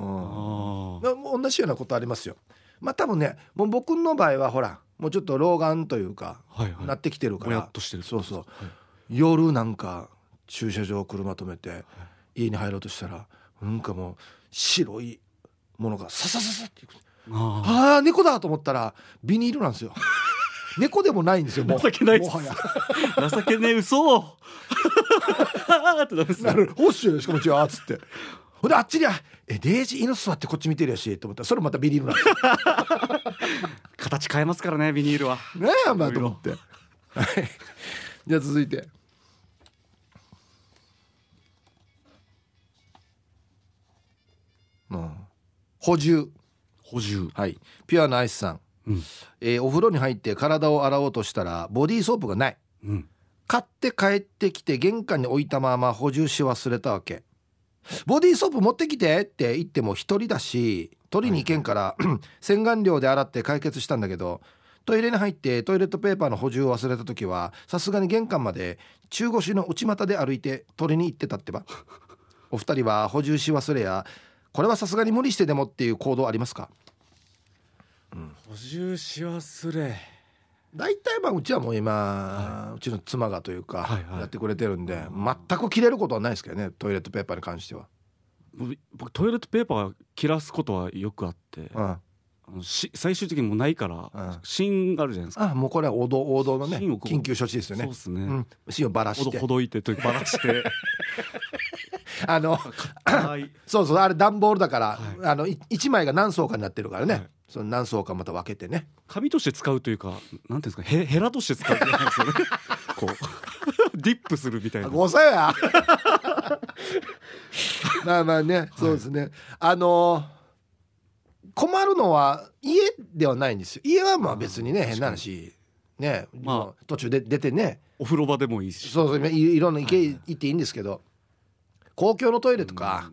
[SPEAKER 1] ああ
[SPEAKER 2] なもう同じようなことありますよまあ多分ねもう僕の場合はほらもうちょっと老眼というか、
[SPEAKER 1] はいはい
[SPEAKER 2] なってきてるか
[SPEAKER 1] ぼやっ
[SPEAKER 2] ら
[SPEAKER 1] としてる
[SPEAKER 2] そうそう
[SPEAKER 1] はい
[SPEAKER 2] 夜なんか駐車場車止めて家に入ろうとしたらなんかもう白いものがササササっていく
[SPEAKER 1] あ
[SPEAKER 2] あー猫だと思ったらビニールなんです よ猫でもないんですよもう
[SPEAKER 1] 情けないっす
[SPEAKER 2] もはや
[SPEAKER 1] あ情けねえ嘘ああってなるんです
[SPEAKER 2] な
[SPEAKER 1] よ
[SPEAKER 2] るほっしょよしかも違うっつってほんであっちにあえデージ犬座ってこっち見てるやしと思ったらそれまたビニールなんですよ
[SPEAKER 1] 形変えますからねビニールは
[SPEAKER 2] ねえお前と思ってはいじゃあ続いてうん補充
[SPEAKER 1] 補充
[SPEAKER 2] はいピュアなアイスさん、
[SPEAKER 1] うん
[SPEAKER 2] えーお風呂に入って体を洗おうとしたらボディーソープがない
[SPEAKER 1] うん
[SPEAKER 2] 買って帰ってきて玄関に置いたまま補充し忘れたわけボディーソープ持ってきてって言っても一人だし取りに行けんから、 洗顔料で洗って解決したんだけどトイレに入ってトイレットペーパーの補充を忘れた時はさすがに玄関まで中腰の内股で歩いて取りに行ってたってばお二人は補充し忘れやこれはさすがに無理してでもっていう行動ありますか
[SPEAKER 1] 補充し忘れ
[SPEAKER 2] 大体まあうちはもう今、うちの妻がというか、
[SPEAKER 1] はいはい
[SPEAKER 2] やってくれてるんで全く切れることはないですけどねトイレットペーパーに関しては、
[SPEAKER 1] 僕僕トイレットペーパー切らすことはよくあって
[SPEAKER 2] うん、あ
[SPEAKER 1] あのし最終的にもうないから、
[SPEAKER 2] うん
[SPEAKER 1] 芯があるじゃないですか
[SPEAKER 2] もうこれは王道王道のね
[SPEAKER 1] 芯をこう
[SPEAKER 2] 緊急処置ですよね
[SPEAKER 1] そうですね、
[SPEAKER 2] うん、芯をばら
[SPEAKER 1] ほ
[SPEAKER 2] し
[SPEAKER 1] ど
[SPEAKER 2] て
[SPEAKER 1] ほどいてというかばらして
[SPEAKER 2] あの
[SPEAKER 1] はい
[SPEAKER 2] そうそうあれ段ボールだから、
[SPEAKER 1] はい
[SPEAKER 2] あのい一枚が何層かになってるからね、
[SPEAKER 1] はい
[SPEAKER 2] その何層かまた分けてね
[SPEAKER 1] 紙として使うというかなんていうんですかへヘラとして使うじゃないですよ ねこうディップするみたいな
[SPEAKER 2] 誤差や まあまあねそうですね、あのー困るのは家ではないんですよ家はまあ別にね変な話ね、
[SPEAKER 1] ま
[SPEAKER 2] 途中で出てね
[SPEAKER 1] お風呂場でもいいし
[SPEAKER 2] そうそういいろんな行け、行っていいんですけど公共のトイレとか、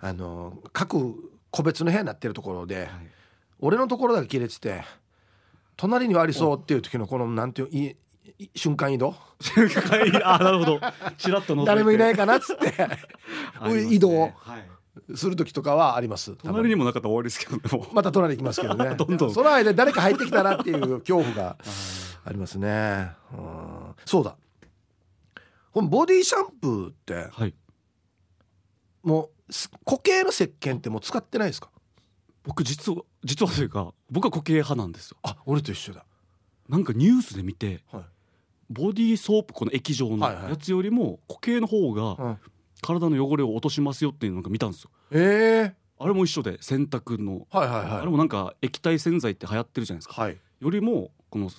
[SPEAKER 2] あのー各個別の部屋になってるところで、
[SPEAKER 1] はい
[SPEAKER 2] 俺のところだけ切れてて隣にはありそうっていう時のこのなんていういい瞬間移動
[SPEAKER 1] 瞬間移動 あなるほどチラッと覗いて
[SPEAKER 2] 誰もいないいかなっつって。移動する時とかはあります多分
[SPEAKER 1] 隣にもなかったら終わりですけどねもう
[SPEAKER 2] また隣行きますけど ね
[SPEAKER 1] どんどん
[SPEAKER 2] その間に誰か入ってきたなっていう恐怖がありますねうんそうだこのボディシャンプーって
[SPEAKER 1] はい
[SPEAKER 2] もうす固形の石鹸ってもう使ってないですか
[SPEAKER 1] 僕実は実はというか僕は固形派なんですよ
[SPEAKER 2] あ俺と一緒だ、
[SPEAKER 1] なんかニュースで見て
[SPEAKER 2] はい
[SPEAKER 1] ボディーソープこの液状の
[SPEAKER 2] はいはい
[SPEAKER 1] やつよりも固形の方が
[SPEAKER 2] うん、
[SPEAKER 1] 体の汚れを落としますよっていうのが見たんですよ
[SPEAKER 2] ええ
[SPEAKER 1] あれも一緒で洗濯の
[SPEAKER 2] はいはい
[SPEAKER 1] あれ
[SPEAKER 2] はい
[SPEAKER 1] もなんか液体洗剤って流行ってるじゃないですか
[SPEAKER 2] はい
[SPEAKER 1] よりもこの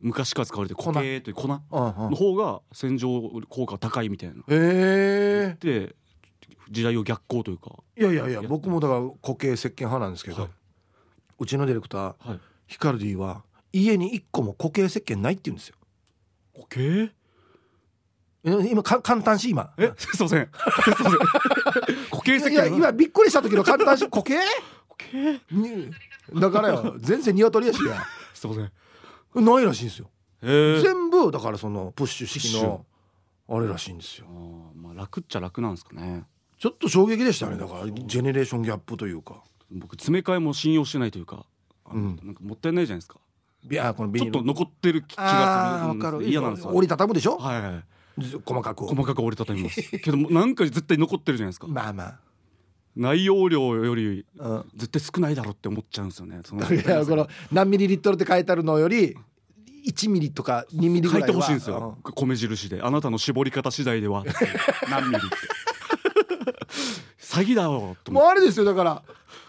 [SPEAKER 1] 昔から使われてる
[SPEAKER 2] 粉
[SPEAKER 1] 固形という粉の
[SPEAKER 2] うんうん
[SPEAKER 1] 方が洗浄効果高いみたいな
[SPEAKER 2] え
[SPEAKER 1] で時代を逆行というか
[SPEAKER 2] えいやいやいや
[SPEAKER 1] や
[SPEAKER 2] 僕もだから固形石鹸派なんですけど、
[SPEAKER 1] はいう
[SPEAKER 2] ちのディレクター
[SPEAKER 1] はい
[SPEAKER 2] ヒカルディは家に1個も固形石鹸ないって言うんですよ
[SPEAKER 1] 固形
[SPEAKER 2] え今か簡単し今
[SPEAKER 1] えすいませ んすいません固形石
[SPEAKER 2] いや
[SPEAKER 1] 鹸
[SPEAKER 2] 今びっくりした時 の簡単し固形
[SPEAKER 1] 固形
[SPEAKER 2] にだからよ全然鶏やしや
[SPEAKER 1] すいません
[SPEAKER 2] ないらしいんですよ
[SPEAKER 1] えー
[SPEAKER 2] 全部だからそのプッシュ式のあれらしいんですよ
[SPEAKER 1] あーまあ楽っちゃ楽なんですかね
[SPEAKER 2] ちょっと衝撃でしたねだからジェネレーションギャップというか
[SPEAKER 1] 僕詰め替えも信用してないというかあの
[SPEAKER 2] うん
[SPEAKER 1] なんかもったいないじゃないですか
[SPEAKER 2] いやこのビ
[SPEAKER 1] ち
[SPEAKER 2] ニ
[SPEAKER 1] ょっ
[SPEAKER 2] ール
[SPEAKER 1] と残ってる気気がす
[SPEAKER 2] あ
[SPEAKER 1] る
[SPEAKER 2] ー
[SPEAKER 1] んで
[SPEAKER 2] わ
[SPEAKER 1] す
[SPEAKER 2] か
[SPEAKER 1] よ
[SPEAKER 2] る
[SPEAKER 1] 嫌なんですよ
[SPEAKER 2] 折りたたむでしょ
[SPEAKER 1] はいはい
[SPEAKER 2] ず細かく
[SPEAKER 1] 細かく折りたたみますけどもなんか絶対残ってるじゃないですか
[SPEAKER 2] まあま
[SPEAKER 1] 内容量より
[SPEAKER 2] あ、
[SPEAKER 1] 絶対少ないだろうって思っちゃうんですよねその
[SPEAKER 2] うん、いやこの何ミリリットルって書いてあるのより1ミリとか2ミリぐ
[SPEAKER 1] 書い
[SPEAKER 2] らいは
[SPEAKER 1] てほしいんですよ、米印であなたの絞り方次第では 何ミリって詐欺だろう
[SPEAKER 2] う
[SPEAKER 1] と
[SPEAKER 2] んも
[SPEAKER 1] 思っ
[SPEAKER 2] うあれですよだから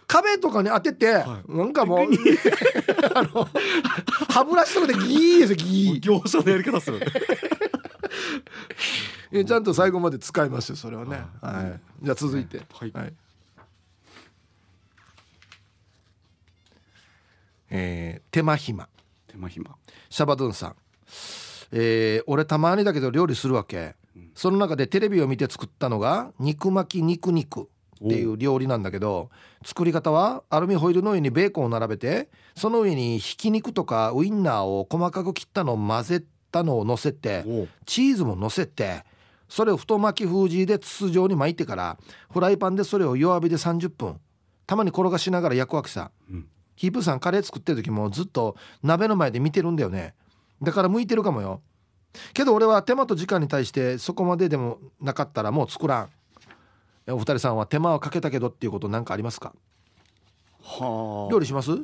[SPEAKER 2] 壁とかに当てて、
[SPEAKER 1] はい
[SPEAKER 2] なんかもう あの歯ブラシとかでギーですよギ
[SPEAKER 1] て
[SPEAKER 2] ー
[SPEAKER 1] 業者のやり方する
[SPEAKER 2] えちゃんと最後まで使いますよそれはね、
[SPEAKER 1] はい
[SPEAKER 2] はい、じゃあ続いて
[SPEAKER 1] はい
[SPEAKER 2] えー手間暇
[SPEAKER 1] 手間暇
[SPEAKER 2] シャバドゥンさん、えー俺たまにだけど料理するわけ、その中でテレビを見て作ったのが肉巻き肉肉っていう料理なんだけど作り方はアルミホイルの上にベーコンを並べてその上にひき肉とかウインナーを細かく切ったのを混ぜたのを乗せて、
[SPEAKER 1] おう
[SPEAKER 2] チーズも乗せてそれを太巻き風味で筒状に巻いてからフライパンでそれを弱火で30分たまに転がしながら焼くわけさ、
[SPEAKER 1] うん
[SPEAKER 2] キープーさんカレー作ってる時もずっと鍋の前で見てるんだよねだから向いてるかもよけど俺は手間と時間に対してそこまででもなかったらもう作らんえお二人さんは手間はかけたけどっていうことなんかありますか
[SPEAKER 1] はあ
[SPEAKER 2] 料理しますあ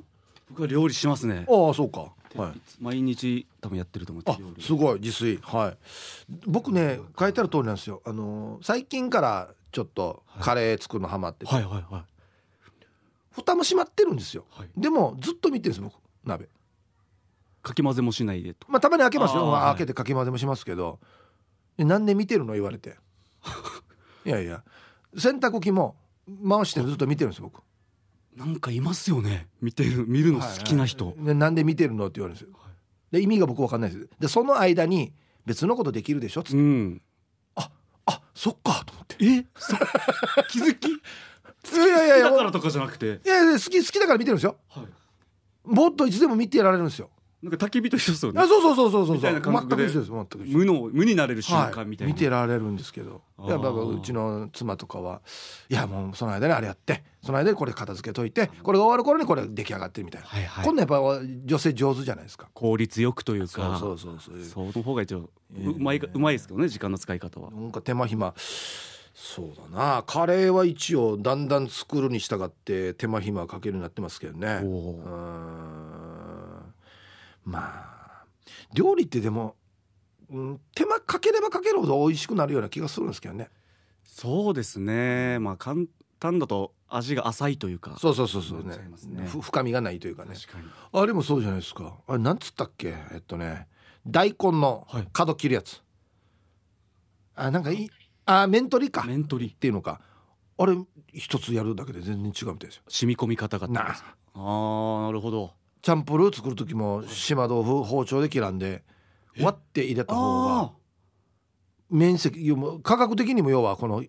[SPEAKER 1] 僕は料理しますね
[SPEAKER 2] あそうかはい
[SPEAKER 1] 毎日多分やってると思って
[SPEAKER 2] あすごい自炊はい僕ね書いてある通りなんですよあのー最近からちょっとカレー作るのハマってて、
[SPEAKER 1] はいはいは
[SPEAKER 2] 蓋も閉まってるんですよ
[SPEAKER 1] いはい
[SPEAKER 2] でもずっと見てるんです僕鍋
[SPEAKER 1] かき混ぜもしないでと
[SPEAKER 2] まあたまに開けます
[SPEAKER 1] あ
[SPEAKER 2] よ
[SPEAKER 1] ー
[SPEAKER 2] まあ
[SPEAKER 1] はい
[SPEAKER 2] 開けてかき混ぜもしますけどえなんで見てるの言われ ていやいや洗濯機も回してずっと見てるんです僕
[SPEAKER 1] なんかいますよね見てる見るの好きな人、
[SPEAKER 2] はいはいでなんで見てるのって言われるんですよで意味が僕わかんないですでその間に別のことできるでしょつって
[SPEAKER 1] うん
[SPEAKER 2] あそっかと思って
[SPEAKER 1] えそ気づ き
[SPEAKER 2] いやいやいやいや
[SPEAKER 1] だからとかじゃなくて、
[SPEAKER 2] いやいや好き好きだから見てるんですよ
[SPEAKER 1] はい、
[SPEAKER 2] ぼっといつでも見てられるんですよ。
[SPEAKER 1] なんか焚き火と一緒ですよね
[SPEAKER 2] あそうそうそうそうそう
[SPEAKER 1] み
[SPEAKER 2] そ。
[SPEAKER 1] たいうな
[SPEAKER 2] 全
[SPEAKER 1] 感覚
[SPEAKER 2] く
[SPEAKER 1] で
[SPEAKER 2] 一緒です。全く一緒。
[SPEAKER 1] 無の無になれる瞬間みたいな、
[SPEAKER 2] 見てられるんですけど。いや
[SPEAKER 1] あー
[SPEAKER 2] っぱうちの妻とかはいやもうその間にあれやってその間にこれ片付けといてこれが終わる頃にこれ出来上がってるみたいな、
[SPEAKER 1] はいはい
[SPEAKER 2] こんなんやっぱ女性上手じゃないですか
[SPEAKER 1] 効率よくというか
[SPEAKER 2] そうそうそうそう
[SPEAKER 1] その方が一応ううまいかうまいですけどね時間の使い方は
[SPEAKER 2] なんか手間暇そうだなカレーは一応だんだん作るに従って手間暇かけるようになってますけどね
[SPEAKER 1] お
[SPEAKER 2] う
[SPEAKER 1] お
[SPEAKER 2] ーんまあ料理ってでも、うん、手間かければかけるほど美味しくなるような気がするんですけどね
[SPEAKER 1] そうですねまあ簡単だと味が浅いというか
[SPEAKER 2] そうそうそうそう
[SPEAKER 1] な
[SPEAKER 2] ね
[SPEAKER 1] っちゃいますね
[SPEAKER 2] ふ深みがないというかね
[SPEAKER 1] 確かに
[SPEAKER 2] あれもそうじゃないですかあれなんつったっけえっとね大根の
[SPEAKER 1] はい
[SPEAKER 2] 角切るやつ、あなんかいいあ面取りかっ
[SPEAKER 1] 面取り
[SPEAKER 2] ていうのかあれ一つやるだけで全然違うみたいですよ
[SPEAKER 1] 染み込み方がってこと
[SPEAKER 2] な
[SPEAKER 1] ですかあーなるほど
[SPEAKER 2] チャンプルー作る時も島豆腐包丁で切らんで割って入れた方が
[SPEAKER 1] あ
[SPEAKER 2] 面積要は価格的にも要はこの
[SPEAKER 1] ー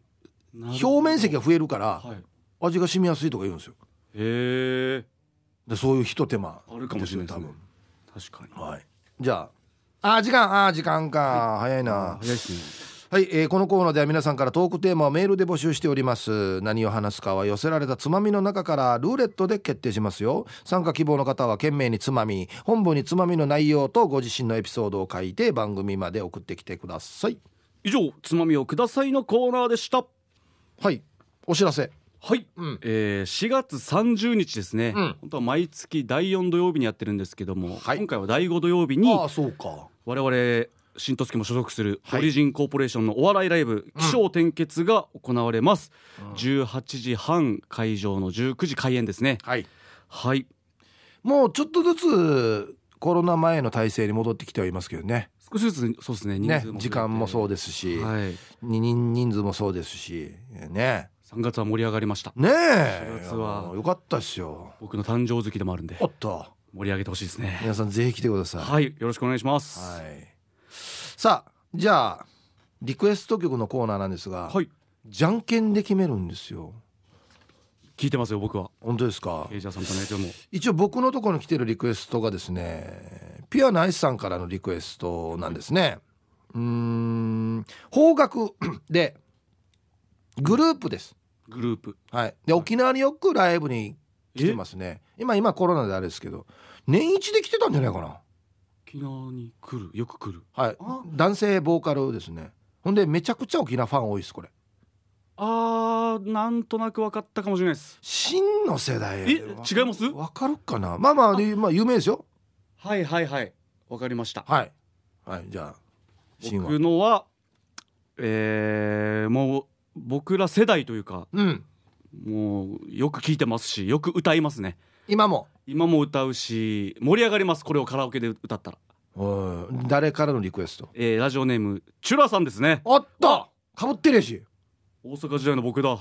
[SPEAKER 1] なるほど
[SPEAKER 2] 表面積が増えるから
[SPEAKER 1] はい
[SPEAKER 2] 味が染みやすいとか言うんですよ
[SPEAKER 1] へえ
[SPEAKER 2] でそういうひと手間
[SPEAKER 1] あるかもしれないですね
[SPEAKER 2] よ
[SPEAKER 1] 確かに
[SPEAKER 2] 多分はいじゃああー時間あー時間か、早いな
[SPEAKER 1] あ早いですね
[SPEAKER 2] はい、えーこのコーナーでは皆さんからトークテーマをメールで募集しております何を話すかは寄せられたつまみの中からルーレットで決定しますよ参加希望の方は懸命につまみ本文につまみの内容とご自身のエピソードを書いて番組まで送ってきてください
[SPEAKER 1] 以上つまみをくださいのコーナーでした
[SPEAKER 2] はいお知らせ
[SPEAKER 1] はい、
[SPEAKER 2] うん
[SPEAKER 1] えー4月30日ですね、
[SPEAKER 2] うん
[SPEAKER 1] 本当は毎月第4土曜日にやってるんですけども、
[SPEAKER 2] はい
[SPEAKER 1] 今回は第5土曜日に
[SPEAKER 2] ああそうか
[SPEAKER 1] 我々新都市も所属する
[SPEAKER 2] は
[SPEAKER 1] オ
[SPEAKER 2] い
[SPEAKER 1] リジンコーポレーションのお笑いライブ「起承転結」が行われます、18時半会場の19時開演ですね
[SPEAKER 2] はい
[SPEAKER 1] はい
[SPEAKER 2] もうちょっとずつコロナ前の体制に戻ってきてはいますけどね
[SPEAKER 1] 少しずつそうですね人
[SPEAKER 2] ね
[SPEAKER 1] 数も増えて
[SPEAKER 2] 時間もそうですし、
[SPEAKER 1] はい
[SPEAKER 2] に人人数もそうですしね
[SPEAKER 1] 3月は盛り上がりました
[SPEAKER 2] ねえ
[SPEAKER 1] 4月はい
[SPEAKER 2] やよかったですよ
[SPEAKER 1] 僕の誕生月でもあるんで
[SPEAKER 2] おっと
[SPEAKER 1] 盛り上げてほしいですね
[SPEAKER 2] 皆さんぜひ来てください、
[SPEAKER 1] はいよろしくお願いします
[SPEAKER 2] はい、さあじゃあリクエスト曲のコーナーなんですが、
[SPEAKER 1] はい
[SPEAKER 2] じゃんけんで決めるんですよ
[SPEAKER 1] 聞いてますよ僕は
[SPEAKER 2] 本当ですか
[SPEAKER 1] エイジャーさんとのやつも
[SPEAKER 2] 一応僕のところに来てるリクエストがですねピュアナアイスさんからのリクエストなんですねうーん方角 でグループです
[SPEAKER 1] グループ
[SPEAKER 2] はいで沖縄によくライブに来てますね今今コロナであれですけど年一で来てたんじゃないかな
[SPEAKER 1] 沖縄に来るよく来る
[SPEAKER 2] はい
[SPEAKER 1] あ
[SPEAKER 2] 男性ボーカルですねほんでめちゃくちゃ沖縄ファン多いですこれ
[SPEAKER 1] あーなんとなく分かったかもしれないです
[SPEAKER 2] 真の世代
[SPEAKER 1] え違います
[SPEAKER 2] わかるかなまあまあでまあ有名ですよ
[SPEAKER 1] はいはいはい分かりました
[SPEAKER 2] はいはいじゃあ真は
[SPEAKER 1] 僕のはえー、もう僕ら世代というか
[SPEAKER 2] うん
[SPEAKER 1] もうよく聞いてますしよく歌いますね
[SPEAKER 2] 今も
[SPEAKER 1] 今も歌うし盛り上がりますこれをカラオケで歌ったら、
[SPEAKER 2] うん誰からのリクエスト
[SPEAKER 1] えー、ラジオネームチュラさんですね
[SPEAKER 2] おっとかぶってるやし
[SPEAKER 1] 大阪時代の 僕だ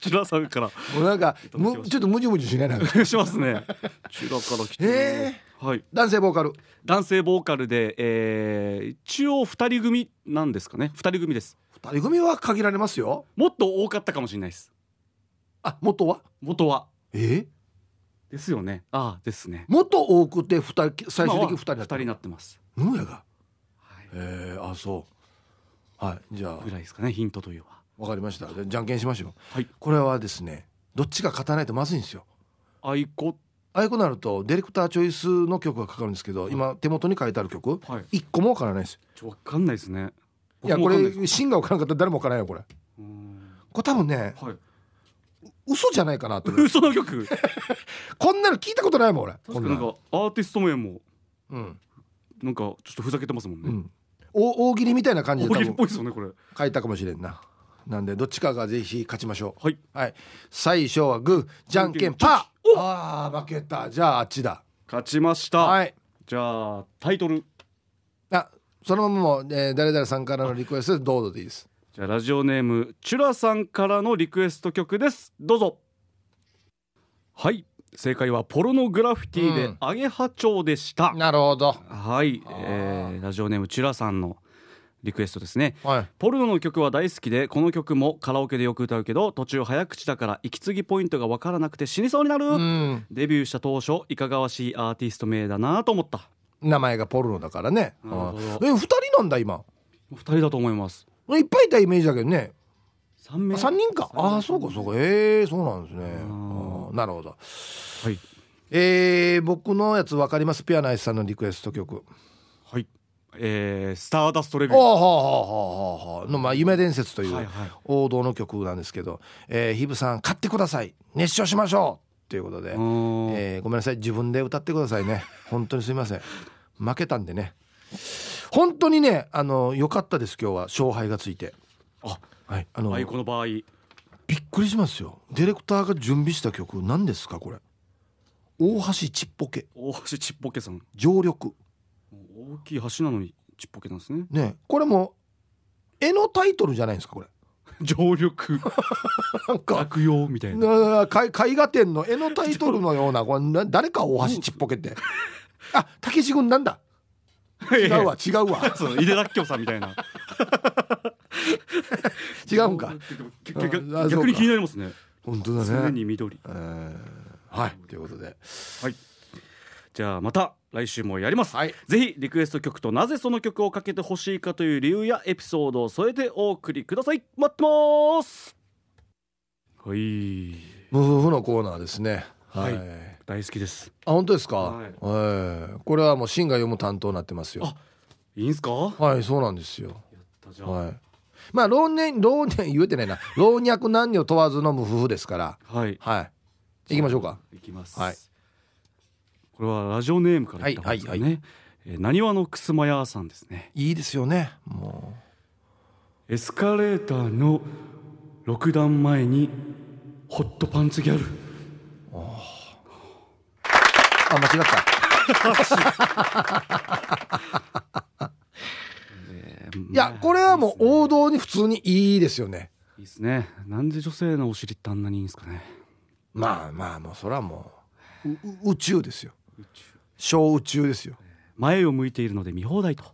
[SPEAKER 1] チュラさんから
[SPEAKER 2] もうなんか
[SPEAKER 1] と待って
[SPEAKER 2] むちょっとムジムジしないなんか
[SPEAKER 1] しますねチュラから来てる
[SPEAKER 2] へ
[SPEAKER 1] はい
[SPEAKER 2] 男性ボーカル
[SPEAKER 1] 男性ボーカルで、えー、一応二人組なんですかね二人組です
[SPEAKER 2] 二人組は限られますよ
[SPEAKER 1] もっと多かったかもしれないです
[SPEAKER 2] あ元は
[SPEAKER 1] 元は
[SPEAKER 2] え
[SPEAKER 1] ですよねああですね
[SPEAKER 2] 元多くて二人最終的に二人
[SPEAKER 1] 今は
[SPEAKER 2] だ
[SPEAKER 1] 二人
[SPEAKER 2] った
[SPEAKER 1] に
[SPEAKER 2] の
[SPEAKER 1] なってます、
[SPEAKER 2] のやが
[SPEAKER 1] はい
[SPEAKER 2] えー、あそうはいじゃあ
[SPEAKER 1] ぐらいですかねヒントというのは
[SPEAKER 2] わかりましたじゃあじゃんけんしましょう、
[SPEAKER 1] はい
[SPEAKER 2] これはですねどっちが勝たないとまずいんですよ
[SPEAKER 1] あいこ
[SPEAKER 2] ああいうことになるとディレクターチョイスの曲がかかるんですけど今手元に書いてある曲
[SPEAKER 1] はい
[SPEAKER 2] 一個もわからないです
[SPEAKER 1] ちょわかんないですね
[SPEAKER 2] いや
[SPEAKER 1] 僕も
[SPEAKER 2] こ
[SPEAKER 1] わかんないです
[SPEAKER 2] れ芯がわからなかったら誰もわからないよこれこ
[SPEAKER 1] うーん
[SPEAKER 2] れ多分ね
[SPEAKER 1] はい
[SPEAKER 2] 嘘じゃないかなと 思う
[SPEAKER 1] 嘘の曲確か
[SPEAKER 2] こんなの聞いたことないもん俺こ
[SPEAKER 1] に
[SPEAKER 2] ん
[SPEAKER 1] な
[SPEAKER 2] なんの
[SPEAKER 1] かアーティスト名も
[SPEAKER 2] うん
[SPEAKER 1] なんかちょっとふざけてますもん
[SPEAKER 2] う
[SPEAKER 1] ね、
[SPEAKER 2] んお大喜利みたいな感じで多
[SPEAKER 1] 大喜利っ
[SPEAKER 2] 分
[SPEAKER 1] ぽいですよねこれ
[SPEAKER 2] 書いたかもしれんななんでどっちかがぜひ勝ちましょ
[SPEAKER 1] はい、
[SPEAKER 2] うはい最初はグーじゃんけんパーあー負けたじゃああっちだ
[SPEAKER 1] 勝ちました、
[SPEAKER 2] はい
[SPEAKER 1] じゃあタイトル
[SPEAKER 2] あそのままもう、えー誰々さんからのリクエストでどうぞでいいです
[SPEAKER 1] じゃあラジオネームチュラさんからのリクエスト曲ですどうぞはい正解はポロノグラフィティ
[SPEAKER 2] う
[SPEAKER 1] で
[SPEAKER 2] ん
[SPEAKER 1] アゲハチョウでした、
[SPEAKER 2] なるほど
[SPEAKER 1] はい、
[SPEAKER 2] あー
[SPEAKER 1] えーラジオネームチュラさんのリクエストですね
[SPEAKER 2] はい
[SPEAKER 1] ポルノの曲は大好きでこの曲もカラオケでよく歌うけど途中早口だから息継ぎポイントが分からなくて死にそうになる、
[SPEAKER 2] うん
[SPEAKER 1] デビューした当初いかがわしいアーティスト名だなと思った
[SPEAKER 2] 名前がポルノだからね
[SPEAKER 1] なるほど
[SPEAKER 2] あーえ二人なんだ今
[SPEAKER 1] 2人だと思います
[SPEAKER 2] いっぱいいたイメージだけどね
[SPEAKER 1] 3名
[SPEAKER 2] 三人かああーそうかそうかええそうなんですねあ
[SPEAKER 1] ん
[SPEAKER 2] ーなるほど
[SPEAKER 1] はい
[SPEAKER 2] えー、僕のやつわかりますピアナイスさんのリクエスト曲
[SPEAKER 1] はいえー、スターダストレビュ
[SPEAKER 2] お
[SPEAKER 1] ー
[SPEAKER 2] おほうほうほうほうの、まあ、夢伝説とい
[SPEAKER 1] はいうはい
[SPEAKER 2] 王道の曲なんですけど「えーヒブさん買ってください熱唱しましょう」ということで
[SPEAKER 1] う、ーん
[SPEAKER 2] えーごめんなさい自分で歌ってくださいね本当にすいません負けたんでね本当にねあの良かったです今日は勝敗がついて、
[SPEAKER 1] あ
[SPEAKER 2] はい、あの
[SPEAKER 1] あいこの場合
[SPEAKER 2] びっくりしますよディレクターが準備した曲何ですかこれ大橋ちっぽけ
[SPEAKER 1] 大橋ちっぽけさん
[SPEAKER 2] 常緑
[SPEAKER 1] 大きい橋なのにちっぽけなんです ね
[SPEAKER 2] ねこれも絵のタイトルじゃないんですかこれ
[SPEAKER 1] 常緑
[SPEAKER 2] なんか
[SPEAKER 1] 落葉みたいな
[SPEAKER 2] なか絵画展の絵のタイトルのようなこれな誰か大橋ちっぽけってあ武志軍なんだ違うわ違うわ
[SPEAKER 1] その井出らっきょうさんみたいな
[SPEAKER 2] 違う んか
[SPEAKER 1] 逆逆
[SPEAKER 2] あそう
[SPEAKER 1] 逆
[SPEAKER 2] か
[SPEAKER 1] に気になりますね
[SPEAKER 2] 本当
[SPEAKER 1] 常
[SPEAKER 2] だね
[SPEAKER 1] に緑
[SPEAKER 2] えーはいということで
[SPEAKER 1] はいじゃあまた来週もやります、
[SPEAKER 2] はい
[SPEAKER 1] ぜひリクエスト曲となぜその曲をかけてほしいかという理由やエピソードを添えてお送りください待ってますはい
[SPEAKER 2] 無夫婦のコーナーですねは、
[SPEAKER 1] はいい大好きです
[SPEAKER 2] あ本当ですか、
[SPEAKER 1] はい
[SPEAKER 2] えーこれはもうシンが読む担当になってますよ
[SPEAKER 1] あいいんすか
[SPEAKER 2] はいそうなんですよ
[SPEAKER 1] じゃあ
[SPEAKER 2] はい。まあ老年老年言えてないな老若男女問わず飲む夫婦ですから
[SPEAKER 1] はい
[SPEAKER 2] はい行きましょうか
[SPEAKER 1] いきます、
[SPEAKER 2] はい
[SPEAKER 1] これはラジオネームからいった方がいいですかね、えーなにわのくすまやさんですね
[SPEAKER 2] いいですよねも
[SPEAKER 1] エスカレーターの6段前にホットパンツギャル
[SPEAKER 2] うあ間違 った
[SPEAKER 1] えー
[SPEAKER 2] いやこれはもう王道に普通にいいですよね
[SPEAKER 1] いいですねなんで女性のお尻ってあんなにいいんですかね
[SPEAKER 2] まあまあもうそれはもうう宇宙ですよ小宇宙ですよ
[SPEAKER 1] 前を向いているので見放題と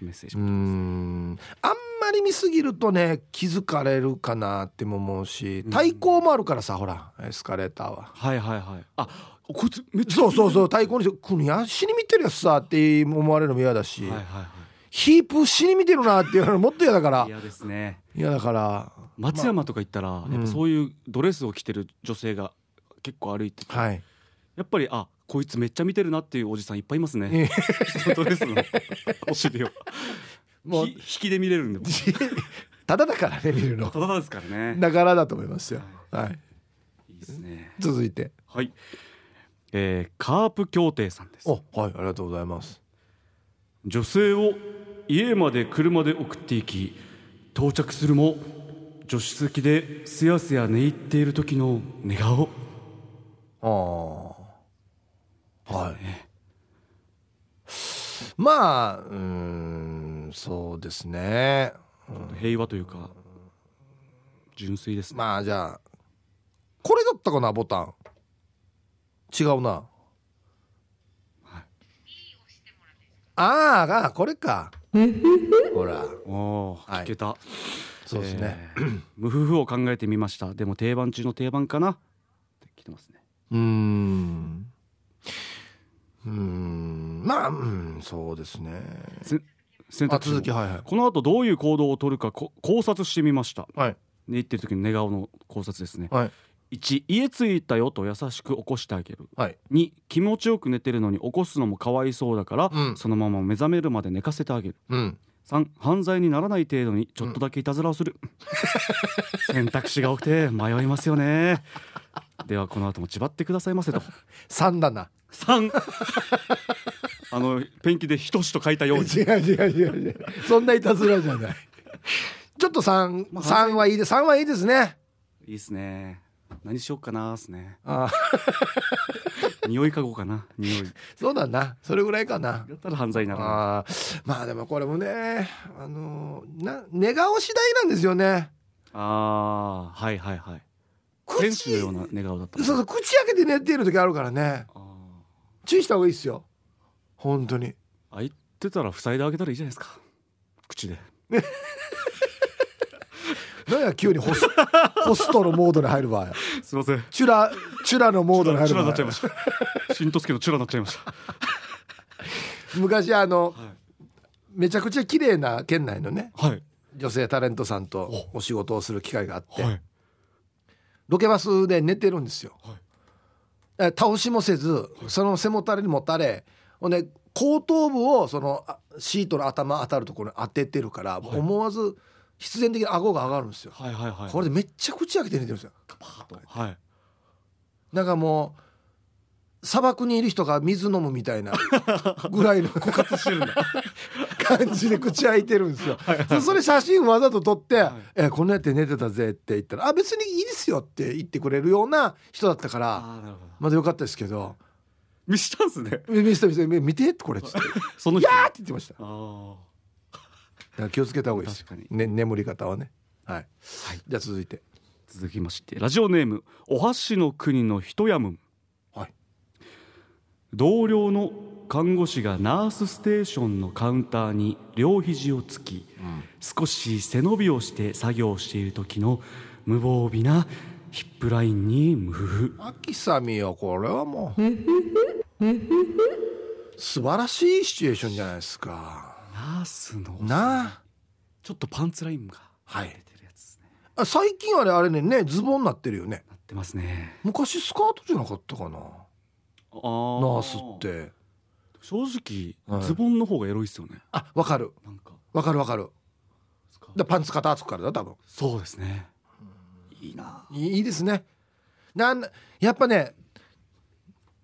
[SPEAKER 1] メッセージ
[SPEAKER 2] うーんあんまり見すぎるとね気づかれるかなっても思うし対抗もあるからさほらエスカレーターは。
[SPEAKER 1] はいはいはいあこいつめっちゃ
[SPEAKER 2] そうそう
[SPEAKER 1] う
[SPEAKER 2] そう対抗にして「このや死に見てるやつさ」って思われるのも嫌だし、
[SPEAKER 1] はいはいは
[SPEAKER 2] ヒープ死に見てるなって言われるのもっと嫌だか
[SPEAKER 1] い
[SPEAKER 2] ら
[SPEAKER 1] 嫌ですね
[SPEAKER 2] 嫌だから
[SPEAKER 1] 松山とか行ったら、
[SPEAKER 2] あ
[SPEAKER 1] やっぱそういうドレスを着てる女性が結構歩いてて、
[SPEAKER 2] はい
[SPEAKER 1] やっぱりあこいつめっちゃ見てるなっていうおじさんいっぱいいます
[SPEAKER 2] え
[SPEAKER 1] ねそのドレスの お尻を
[SPEAKER 2] も
[SPEAKER 1] も
[SPEAKER 2] う
[SPEAKER 1] う引きで見れるんでも
[SPEAKER 2] ただだからね見るの
[SPEAKER 1] ただですからね
[SPEAKER 2] だからだと思いますよはい
[SPEAKER 1] いいですね
[SPEAKER 2] 続いて
[SPEAKER 1] はい、えー、カープ協定さんです
[SPEAKER 2] おはいありがとうございます
[SPEAKER 1] 女性を家まで車で送っていき到着するも助手席ですやすや寝入っている時の寝顔
[SPEAKER 2] ああはいまあうーんそうですね
[SPEAKER 1] 平和というか純粋ですね
[SPEAKER 2] まあじゃあこれだったかなボタン違うな、あーあこれ かほら
[SPEAKER 1] おー
[SPEAKER 2] はい
[SPEAKER 1] 聞けた、
[SPEAKER 2] そうですね、
[SPEAKER 1] えー無夫婦を考えてみましたでも定番中の定番かなって来てますね
[SPEAKER 2] うーんうーんまあうんそうですね
[SPEAKER 1] せ選
[SPEAKER 2] あ
[SPEAKER 1] 択肢も
[SPEAKER 2] 続きはいはい
[SPEAKER 1] この後どういう行動を取るかこ考察してみました
[SPEAKER 2] はい
[SPEAKER 1] 寝入ってる時の寝顔の考察ですね
[SPEAKER 2] はい
[SPEAKER 1] 1家着いたよと優しく起こしてあげる
[SPEAKER 2] はい
[SPEAKER 1] 2気持ちよく寝てるのに起こすのもかわいそうだから、
[SPEAKER 2] うん
[SPEAKER 1] そのまま目覚めるまで寝かせてあげる
[SPEAKER 2] うん
[SPEAKER 1] 3犯罪にならない程度にちょっとだけいたずらをす る、選択肢が多くて迷いますよねではこの後もちばってくださいませと
[SPEAKER 2] 3だな
[SPEAKER 1] 3あのペンキでひとしと書いたように
[SPEAKER 2] 違う違う違う違うそんないたずらじゃないちょっと三三はいいで三はいいですね
[SPEAKER 1] いいっすね何しよっかなーっすね
[SPEAKER 2] あー
[SPEAKER 1] 匂いかごかな匂い
[SPEAKER 2] そうだなそれぐらいかな
[SPEAKER 1] だったら犯罪にならない
[SPEAKER 2] あーまあでもこれもねあのーな寝顔次第なんですよね
[SPEAKER 1] あーはいはいはい天
[SPEAKER 2] 口
[SPEAKER 1] 使のような寝顔だった
[SPEAKER 2] そうそう口開けて寝てる時あるからね
[SPEAKER 1] あー
[SPEAKER 2] 注意した方がいいですよ本当に
[SPEAKER 1] 開いてたら塞いであげたらいいじゃないですか口で
[SPEAKER 2] 何や急にホス ホストのモードに入る場合
[SPEAKER 1] すいません
[SPEAKER 2] チュラチュラのモー
[SPEAKER 1] チ
[SPEAKER 2] ド
[SPEAKER 1] ュ
[SPEAKER 2] に
[SPEAKER 1] ラ
[SPEAKER 2] 入
[SPEAKER 1] チ
[SPEAKER 2] る
[SPEAKER 1] ュラに
[SPEAKER 2] 場
[SPEAKER 1] なっちゃい
[SPEAKER 2] 合
[SPEAKER 1] ました新十助のチュラになっちゃいました
[SPEAKER 2] 昔あの、
[SPEAKER 1] はい
[SPEAKER 2] めちゃくちゃ綺麗な県内のね
[SPEAKER 1] はい
[SPEAKER 2] 女性タレントさんとお仕事をする機会があって、
[SPEAKER 1] はい
[SPEAKER 2] ロケバスで寝てるんですよ、
[SPEAKER 1] はい
[SPEAKER 2] え倒しもせずその背もたれにもたれほんで後頭部をそのあシートの頭当たるところに当ててるから、
[SPEAKER 1] はい
[SPEAKER 2] 思わず必然的に顎が上がるんですよ、
[SPEAKER 1] はいはいはい
[SPEAKER 2] これでめっちゃ口開けて寝てるんですよ
[SPEAKER 1] はい
[SPEAKER 2] なんかもう砂漠にいる人が水飲むみたいなぐら いの
[SPEAKER 1] 枯渇してるんだ
[SPEAKER 2] 感じで口開いてるんですよ。そそれ写真わざと撮って「
[SPEAKER 1] はい
[SPEAKER 2] えこんなやって寝てたぜ」って言ったら「あ別にいいですよ」って言ってくれるような人だったから
[SPEAKER 1] あーなるほど
[SPEAKER 2] まだよかったですけど
[SPEAKER 1] 見したんすね
[SPEAKER 2] 「み見せて見せてみ見て」ってこれっつって「い
[SPEAKER 1] その人
[SPEAKER 2] やー!」
[SPEAKER 1] あ
[SPEAKER 2] って言ってましただ
[SPEAKER 1] あ
[SPEAKER 2] から気をつけた方がいいですよ、
[SPEAKER 1] 確か
[SPEAKER 2] ね、眠り方はねはい、じゃあ続いて
[SPEAKER 1] 続きましてラジオネームお箸の国のひとやむん
[SPEAKER 2] はい
[SPEAKER 1] 同僚の看護師がナースステーションのカウンターに両肘をつき、少し背伸びをして作業をしている時の無防備なヒップラインに無風
[SPEAKER 2] 秋さみよこれはもう素晴らしいシチュエーションじゃないですか
[SPEAKER 1] ナースの
[SPEAKER 2] なあ
[SPEAKER 1] ちょっとパンツラインが
[SPEAKER 2] は
[SPEAKER 1] 出
[SPEAKER 2] い
[SPEAKER 1] てるやつですね
[SPEAKER 2] あ最近あれあれねねズボンになってるよね
[SPEAKER 1] なってますね
[SPEAKER 2] 昔スカートじゃなかったかな
[SPEAKER 1] あナ
[SPEAKER 2] ナースって
[SPEAKER 1] 正直、
[SPEAKER 2] はい
[SPEAKER 1] ズボンの方がエロいっすよね
[SPEAKER 2] あわかる
[SPEAKER 1] なんか
[SPEAKER 2] わかるわかる
[SPEAKER 1] ですか
[SPEAKER 2] だパンツ肩厚くからだ多分
[SPEAKER 1] そうですねいいない
[SPEAKER 2] いいいですねなんやっぱね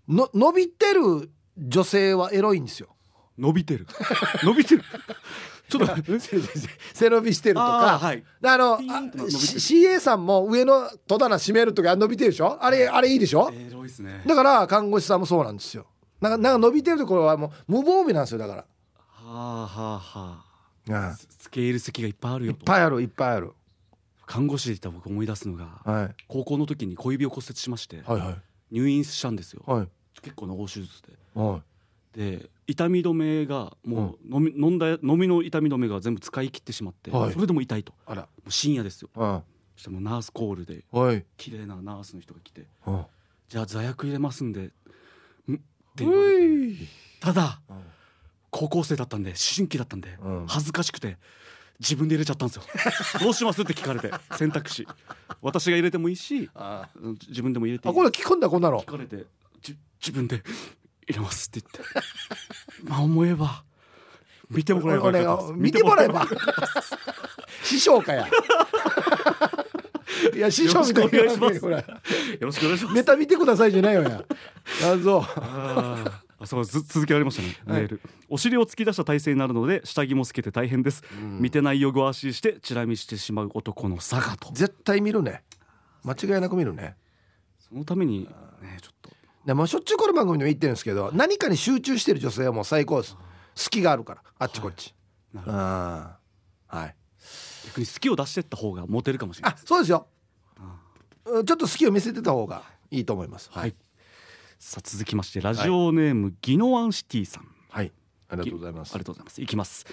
[SPEAKER 2] の伸びてる女性はエロいんですよ
[SPEAKER 1] 伸びてる 伸びてるち ょっと
[SPEAKER 2] 背伸びしてると
[SPEAKER 1] あ
[SPEAKER 2] か
[SPEAKER 1] ーはい
[SPEAKER 2] であのあ
[SPEAKER 1] ピーンと伸びてる
[SPEAKER 2] C- CA さんも上の戸棚閉めるときは伸びてるでしょあれあれいいでしょ
[SPEAKER 1] エロいですね
[SPEAKER 2] だから看護師さんもそうなんですよなんかなんか伸びてるところはもう無防備なんですよだか
[SPEAKER 1] はあはあは
[SPEAKER 2] ら、
[SPEAKER 1] あスケール席がいっぱいある
[SPEAKER 2] いっ
[SPEAKER 1] よと
[SPEAKER 2] ぱいあるいっぱいある、
[SPEAKER 1] 看護師でいた僕思い出すのが
[SPEAKER 2] はい、
[SPEAKER 1] 高校の時に小指を骨折しまして
[SPEAKER 2] はいはい
[SPEAKER 1] 入院したんですよ
[SPEAKER 2] はい
[SPEAKER 1] 結構な大手術で
[SPEAKER 2] はい
[SPEAKER 1] で痛み止めがもう飲み,、飲んだ飲みの痛み止めが全部使い切ってしまって、
[SPEAKER 2] はい
[SPEAKER 1] それでも痛いとも
[SPEAKER 2] あら
[SPEAKER 1] う深夜ですよ
[SPEAKER 2] うん
[SPEAKER 1] そしてもうナースコールで
[SPEAKER 2] はい
[SPEAKER 1] 綺麗なナースの人が来て
[SPEAKER 2] うん
[SPEAKER 1] 「じゃあ座薬入れますんで」んって言われて
[SPEAKER 2] うい
[SPEAKER 1] ただ
[SPEAKER 2] うん
[SPEAKER 1] 高校生だったんで思春期だったんで、
[SPEAKER 2] うん
[SPEAKER 1] 恥ずかしくて自分で入れちゃったんですよ どうしますって聞かれて選択肢私が入れてもいいし
[SPEAKER 2] あ
[SPEAKER 1] うん自分でも入れていい
[SPEAKER 2] これ聞くんだこんなの
[SPEAKER 1] 聞かれてじ自分で入れますって言って まあ思えば見てもらえばよかったです
[SPEAKER 2] 俺俺見てもらえば
[SPEAKER 1] 見てもら
[SPEAKER 2] 師匠か やいや師匠みたいな
[SPEAKER 1] よろしくお願いします
[SPEAKER 2] ほら
[SPEAKER 1] えばよろしくお願いします
[SPEAKER 2] ネタ見てくださいじゃないよやあそう
[SPEAKER 1] あーあそうず続きありましたね、
[SPEAKER 2] はい
[SPEAKER 1] メールお尻を突き出した体勢になるので下着も透けて大変です、見て内容ご安心してチラ見してしまう男の差がと
[SPEAKER 2] 絶対見るね間違いなく見るね
[SPEAKER 1] そのためにねちょっと
[SPEAKER 2] でもしょっちゅうこの番組でも言ってるんですけど何かに集中してる女性はもう最高です隙があるからあっちこっち、
[SPEAKER 1] なるほど
[SPEAKER 2] ああはい
[SPEAKER 1] 逆に好きを出してった方がモテるかもしれない
[SPEAKER 2] あそうですようんちょっと隙を見せてた方がいいと思います
[SPEAKER 1] はいさあ続きましてラジオネーム、ギノワンシティさん
[SPEAKER 2] はいありがとうござい
[SPEAKER 1] あ
[SPEAKER 2] ま
[SPEAKER 1] り
[SPEAKER 2] す
[SPEAKER 1] がとうございますいきます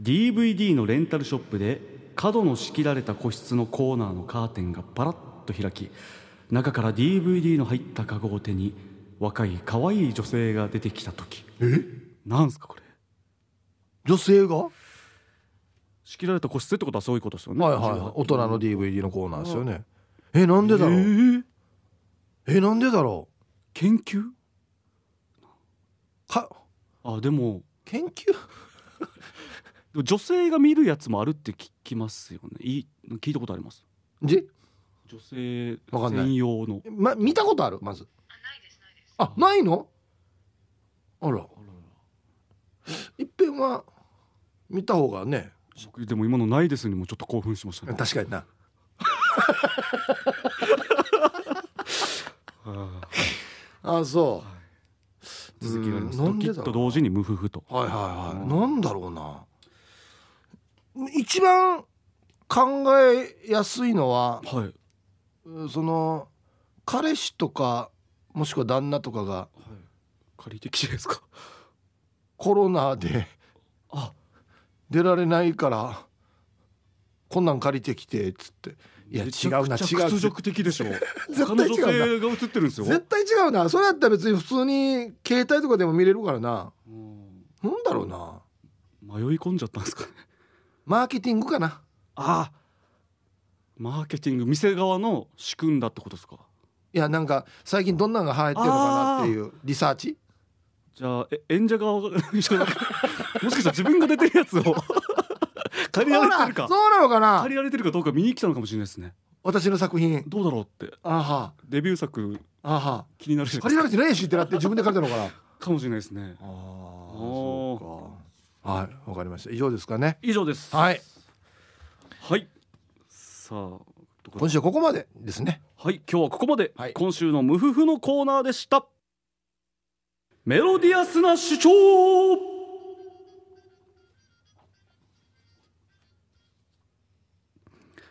[SPEAKER 1] DVD のレンタルショップで角の仕切られた個室のコーナーのカーテンがパラッと開き中から DVD の入ったカゴを手に若い可愛い女性が出てきた時なんすかこれ
[SPEAKER 2] 女性が
[SPEAKER 1] 仕切られた個室ってことはそういうことですよね
[SPEAKER 2] はいはい大人の DVD のコーナーですよねえなんでだろ
[SPEAKER 1] え
[SPEAKER 2] う
[SPEAKER 1] ー
[SPEAKER 2] えなんでだろ
[SPEAKER 1] 研究
[SPEAKER 2] うか
[SPEAKER 1] あでも
[SPEAKER 2] 研究
[SPEAKER 1] でも女性が見るやつもあるって聞きますよねい聞いたことあります
[SPEAKER 2] じ
[SPEAKER 1] 女性
[SPEAKER 2] わかんない
[SPEAKER 1] 専用の
[SPEAKER 2] ま見たことあるまずあないのあらいっぺんは見た方がね
[SPEAKER 1] 僕でも今のないですにもちょっと興奮しましたね
[SPEAKER 2] 確かにな あそ
[SPEAKER 1] 続きがあります
[SPEAKER 2] うんな
[SPEAKER 1] ド
[SPEAKER 2] ん
[SPEAKER 1] キ
[SPEAKER 2] でだろう
[SPEAKER 1] ッと同時にムフフと
[SPEAKER 2] うはいはいは
[SPEAKER 1] う
[SPEAKER 2] い
[SPEAKER 1] ん
[SPEAKER 2] なんだろうな一番考えやすいのは
[SPEAKER 1] はい
[SPEAKER 2] その彼氏とかもしくは旦那とかが
[SPEAKER 1] 借りてきてですか
[SPEAKER 2] コロナで
[SPEAKER 1] あ
[SPEAKER 2] 出られないからこんなん借りてきてっつっていや
[SPEAKER 1] め
[SPEAKER 2] 違
[SPEAKER 1] ちゃ
[SPEAKER 2] う
[SPEAKER 1] く
[SPEAKER 2] な違
[SPEAKER 1] ち
[SPEAKER 2] う
[SPEAKER 1] ゃ屈辱的でしょ
[SPEAKER 2] 絶
[SPEAKER 1] 他の
[SPEAKER 2] 対違
[SPEAKER 1] 女
[SPEAKER 2] うな
[SPEAKER 1] 性が映ってるんですよ
[SPEAKER 2] 絶対違うなそれだったら別に普通に携帯とかでも見れるからな
[SPEAKER 1] うん
[SPEAKER 2] なんだろうな
[SPEAKER 1] 迷い込んじゃったんですかね
[SPEAKER 2] マーケティングかな
[SPEAKER 1] あマーケティング店側の仕組んだってことですか
[SPEAKER 2] いやなんか最近どんなのが流行ってるのかなっていうリサーチ
[SPEAKER 1] じゃあえ演者側が もしかしたら自分が出てるやつを 借りられてる
[SPEAKER 2] そうな
[SPEAKER 1] か
[SPEAKER 2] そうなのかな
[SPEAKER 1] 借りられてるかどうか見に来たのかもしれないですね
[SPEAKER 2] 私の作品
[SPEAKER 1] どうだろうって
[SPEAKER 2] あは
[SPEAKER 1] デビュー作
[SPEAKER 2] あは
[SPEAKER 1] 気になるじゃない
[SPEAKER 2] 借りられてないしってなって自分で借りたのかな
[SPEAKER 1] かもしれないですね
[SPEAKER 2] ああそうかはいわかりました以上ですかね
[SPEAKER 1] 以上です
[SPEAKER 2] はい
[SPEAKER 1] はいさあどこだ
[SPEAKER 2] 今週はここまでですね
[SPEAKER 1] はい今日はここまで、
[SPEAKER 2] はい
[SPEAKER 1] 今週のムフフのコーナーでしたメロディアスな主張